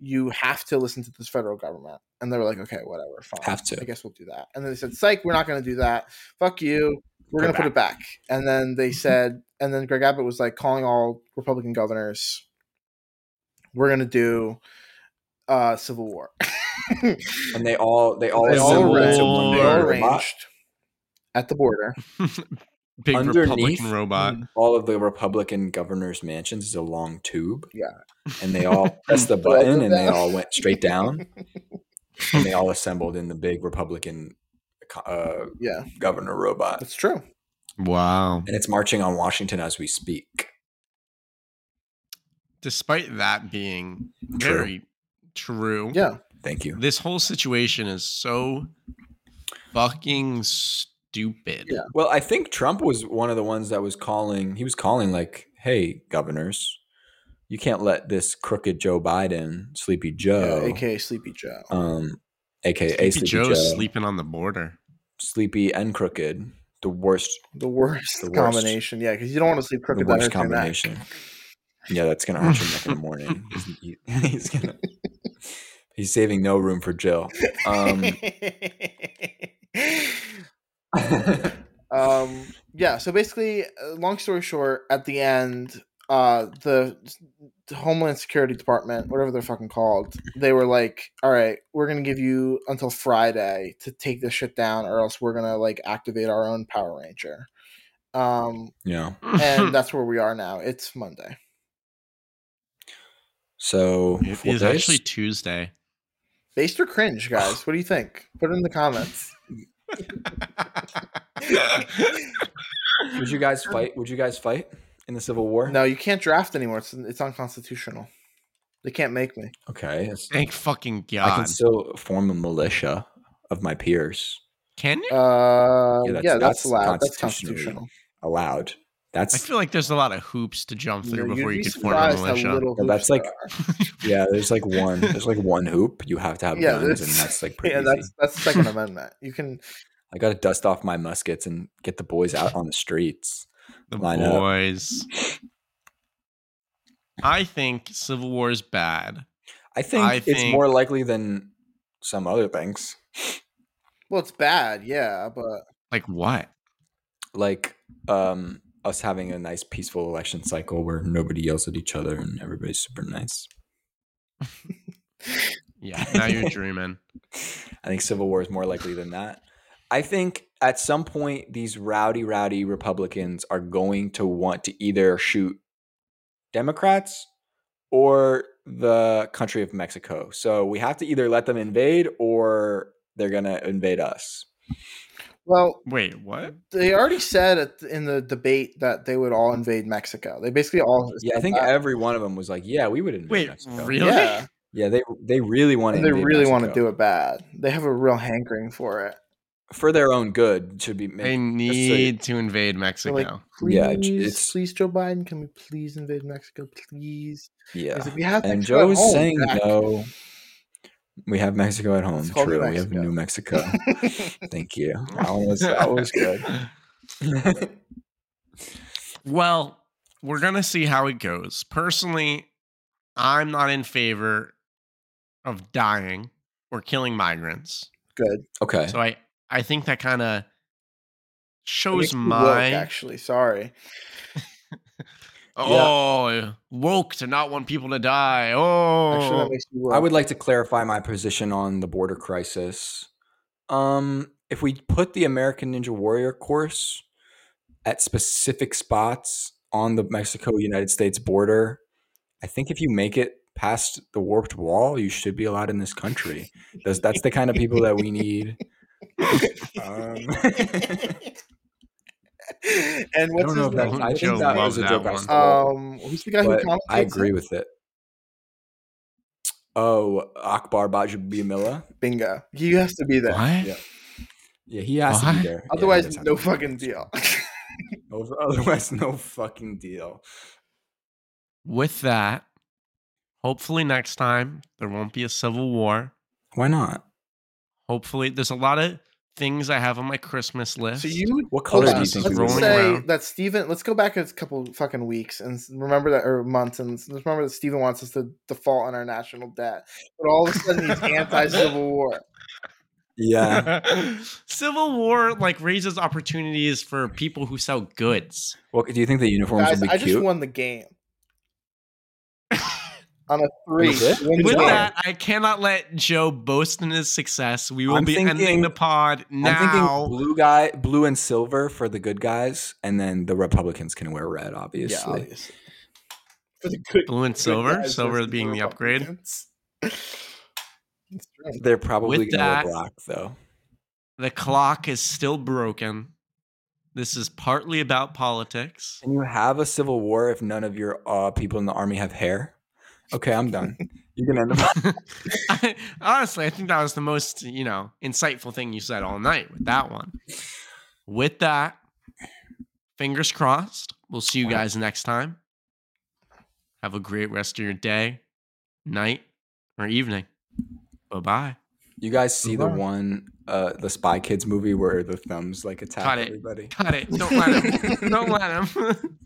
Speaker 2: You have to listen to this federal government. And they were like, okay, whatever, fine.
Speaker 3: Have to.
Speaker 2: I guess we'll do that. And then they said, psych, we're not gonna do that. Fuck you. We're
Speaker 3: Put
Speaker 2: gonna
Speaker 3: it
Speaker 2: put it back. And then they said, and then Greg Abbott was like calling all Republican governors, we're gonna do uh civil war.
Speaker 3: And they all they all
Speaker 2: They all
Speaker 3: assemble
Speaker 1: arranged-
Speaker 3: into one
Speaker 1: they
Speaker 3: big
Speaker 1: all
Speaker 2: They're
Speaker 3: robot.
Speaker 2: arranged at the border.
Speaker 1: Big
Speaker 3: underneath-
Speaker 1: Republican robot.
Speaker 3: All of the Republican governors' mansions is a long tube.
Speaker 2: Yeah.
Speaker 3: And they all pressed the
Speaker 2: Both of
Speaker 3: button and they
Speaker 2: them.
Speaker 3: all went straight down. and they all assembled in the big Republican co- uh,
Speaker 2: Yeah,
Speaker 3: governor robot.
Speaker 2: that's true.
Speaker 1: Wow.
Speaker 3: And it's marching on Washington as we speak.
Speaker 1: Despite that being
Speaker 3: True.
Speaker 1: very true,
Speaker 2: Yeah,
Speaker 3: Thank you.
Speaker 1: this whole situation is so fucking stupid.
Speaker 2: Yeah.
Speaker 3: Well, I think Trump was one of the ones that was calling. He was calling like, "Hey, governors, you can't let this crooked Joe Biden, Sleepy Joe,
Speaker 2: yeah aka Sleepy Joe.
Speaker 3: um, aka
Speaker 1: Sleepy
Speaker 3: Sleepy,
Speaker 1: Joe's
Speaker 3: Joe,
Speaker 1: sleeping on the border.
Speaker 3: Sleepy and crooked, the worst,
Speaker 2: The worst,
Speaker 3: The worst.
Speaker 2: combination. Yeah, because you don't want to sleep crooked.
Speaker 3: the
Speaker 2: that
Speaker 3: worst
Speaker 2: hurts your neck.
Speaker 3: combination." Yeah, that's gonna hurt your neck in the morning. He's, he's gonna. He's saving no room for Jill. Um,
Speaker 2: um yeah so basically uh, long story short at the end uh the, the homeland security department whatever they're fucking called they were like all right we're gonna give you until friday to take this shit down or else we're gonna like activate our own power ranger um
Speaker 3: yeah.
Speaker 2: and that's where we are now it's monday
Speaker 3: So
Speaker 1: it
Speaker 3: four
Speaker 1: is
Speaker 3: days?
Speaker 1: actually Tuesday.
Speaker 2: based or cringe guys what do you think put it in the comments
Speaker 3: Would you guys fight? Would you guys fight in the Civil War?
Speaker 2: no you can't draft anymore it's it's unconstitutional They can't make me.
Speaker 3: Okay. it's-
Speaker 1: Thank fucking
Speaker 3: I
Speaker 1: God.
Speaker 3: can
Speaker 1: Can,
Speaker 3: still form a militia of my peers
Speaker 1: you?
Speaker 2: Uh, yeah,
Speaker 3: Yeah, that's-
Speaker 2: that's,
Speaker 3: that's
Speaker 2: allowed. That's
Speaker 3: constitutional.
Speaker 2: constitutional.
Speaker 3: allowed.
Speaker 1: I
Speaker 3: That's
Speaker 1: feel like there's a lot of hoops to jump
Speaker 2: You know,
Speaker 1: through
Speaker 2: you'd
Speaker 1: before
Speaker 2: be
Speaker 1: you could form a
Speaker 2: surprised how
Speaker 1: militia.
Speaker 2: little
Speaker 3: Yeah, that's
Speaker 2: hoops there
Speaker 3: like-
Speaker 2: are.
Speaker 3: yeah, there's like one there's like one hoop. You have to have
Speaker 2: Yeah,
Speaker 3: guns and
Speaker 2: that's-
Speaker 3: that's like pretty
Speaker 2: yeah,
Speaker 3: easy.
Speaker 2: that's that's Second Amendment. You can
Speaker 3: I gotta dust off my muskets and get the boys out on the streets.
Speaker 1: The
Speaker 3: Line up.
Speaker 1: boys. I think Civil War is bad.
Speaker 3: I think
Speaker 1: I
Speaker 3: it's
Speaker 1: think-
Speaker 3: more likely than some other things.
Speaker 2: well, it's bad, yeah, but
Speaker 1: Like what?
Speaker 3: Like um us having a nice peaceful election cycle where nobody yells at each other and everybody's super nice.
Speaker 1: Yeah, now you're dreaming.
Speaker 3: I think civil war is more likely than that. I think at some point these rowdy, rowdy Republicans are going to want to either shoot Democrats or the country of Mexico. So we have to either let them invade or they're going to invade us.
Speaker 2: well,
Speaker 1: Wait, what?
Speaker 2: they already said at, in the debate that they would all invade Mexico. They basically all
Speaker 3: Yeah, I think
Speaker 2: said that.
Speaker 3: every one of them was like, "Yeah, we would invade
Speaker 1: Wait,
Speaker 3: Mexico."
Speaker 1: really?
Speaker 2: yeah,
Speaker 3: Yeah, they they really want to.
Speaker 2: and they really want to do it bad. They have a real hankering for it.
Speaker 3: for their own good. Should be
Speaker 1: They
Speaker 3: made.
Speaker 1: need to invade Mexico.
Speaker 2: like- Please,
Speaker 3: Yeah, it's- it's-
Speaker 2: please, Joe Biden, can we please invade Mexico, please?
Speaker 3: Yeah,
Speaker 2: He's like, we have
Speaker 3: and
Speaker 2: Mexico at
Speaker 3: Joe is
Speaker 2: home,
Speaker 3: saying
Speaker 2: Zach."
Speaker 3: though, we have Mexico at home.
Speaker 2: It's called
Speaker 3: True, we have
Speaker 2: Mexico.
Speaker 3: New Mexico. Thank you. That one was that was good.
Speaker 1: Well, we're gonna see how it goes. Personally, I'm not in favor of dying or killing migrants.
Speaker 2: Good.
Speaker 3: okay,
Speaker 1: So I I think that kind of
Speaker 2: It
Speaker 1: shows
Speaker 2: makes me woke,
Speaker 1: my
Speaker 2: actually. Sorry.
Speaker 1: oh woke to not want people to die. Oh,
Speaker 2: Actually, that makes me woke.
Speaker 3: I would like to clarify my position on the border crisis. Um, if we put the American Ninja Warrior course at specific spots on the Mexico United States border, I think if you make it past the warped wall, you should be allowed in this country. That's, that's the kind of people that we need. Um,
Speaker 2: and
Speaker 3: I
Speaker 2: what's
Speaker 3: don't
Speaker 2: his
Speaker 3: know if that's.
Speaker 2: name?
Speaker 1: Joe
Speaker 3: I think that
Speaker 1: loved
Speaker 3: was a
Speaker 1: that
Speaker 3: joke. I
Speaker 1: one.
Speaker 3: saw,
Speaker 2: Um, who's the guy who
Speaker 3: but
Speaker 2: commentates?
Speaker 3: I agree
Speaker 2: it?
Speaker 3: with it. Oh, Akbar Bajabimila.
Speaker 2: Bingo. He has to be there.
Speaker 1: what?
Speaker 3: Yeah. Yeah, he has to
Speaker 1: Why?
Speaker 3: be there. Yeah, he
Speaker 2: Otherwise,
Speaker 3: does have
Speaker 2: no
Speaker 3: to be there.
Speaker 2: fucking deal.
Speaker 3: No- otherwise, no fucking deal.
Speaker 1: With that, hopefully next time there won't be a civil war.
Speaker 3: Why not?
Speaker 1: Hopefully, there's a lot of things I have on my Christmas list.
Speaker 2: so you.
Speaker 3: What
Speaker 2: Hold
Speaker 3: color
Speaker 1: Colors
Speaker 2: on.
Speaker 3: do you
Speaker 1: just
Speaker 3: think
Speaker 2: Let's
Speaker 3: we
Speaker 1: rolling
Speaker 2: just
Speaker 3: want?
Speaker 2: say
Speaker 1: around.
Speaker 2: that Steven, let's go back a couple fucking weeks and s- remember that, or months, and s- let's remember that Steven wants us to default on our national debt. But all of a sudden, he's anti Civil War.
Speaker 3: Yeah,
Speaker 1: Civil war like raises opportunities for people who sell goods.
Speaker 3: Well, do you think the uniforms
Speaker 2: Guys,
Speaker 3: will be
Speaker 2: I just
Speaker 3: cute?
Speaker 2: won the game. On a three.
Speaker 3: did?
Speaker 2: win the
Speaker 1: With
Speaker 2: game.
Speaker 1: that, I cannot let Joe boast in his success. We will
Speaker 3: I'm
Speaker 1: be
Speaker 3: thinking-
Speaker 1: ending the pod now.
Speaker 3: I'm thinking blue guy, blue and silver for the good guys, and then the Republicans can wear red.
Speaker 2: Yeah,
Speaker 3: Obviously,
Speaker 2: obviously. For the good
Speaker 1: Blue and
Speaker 2: good
Speaker 1: silver,
Speaker 2: guys
Speaker 1: silver
Speaker 2: versus
Speaker 1: being the upgrade.
Speaker 2: Republicans. That's true.
Speaker 3: they're
Speaker 1: With
Speaker 3: probably going to
Speaker 1: that-
Speaker 3: wear black though.
Speaker 1: The clock is still broken. This is partly about politics.
Speaker 3: Can you have a civil war if none of your uh, people in the army have hair? Okay, I'm done. you can end up.
Speaker 1: I, honestly, I think that was the most, you know, insightful thing you said all night with that one. With that, fingers crossed. We'll see you guys next time. Have a great rest of your day, night, or evening. Bye bye.
Speaker 3: You guys see the
Speaker 2: Bye.
Speaker 3: one, uh, the Spy Kids movie where the thumbs like attack
Speaker 1: Got it.
Speaker 3: everybody?
Speaker 1: Cut it. Don't let him. Don't let him.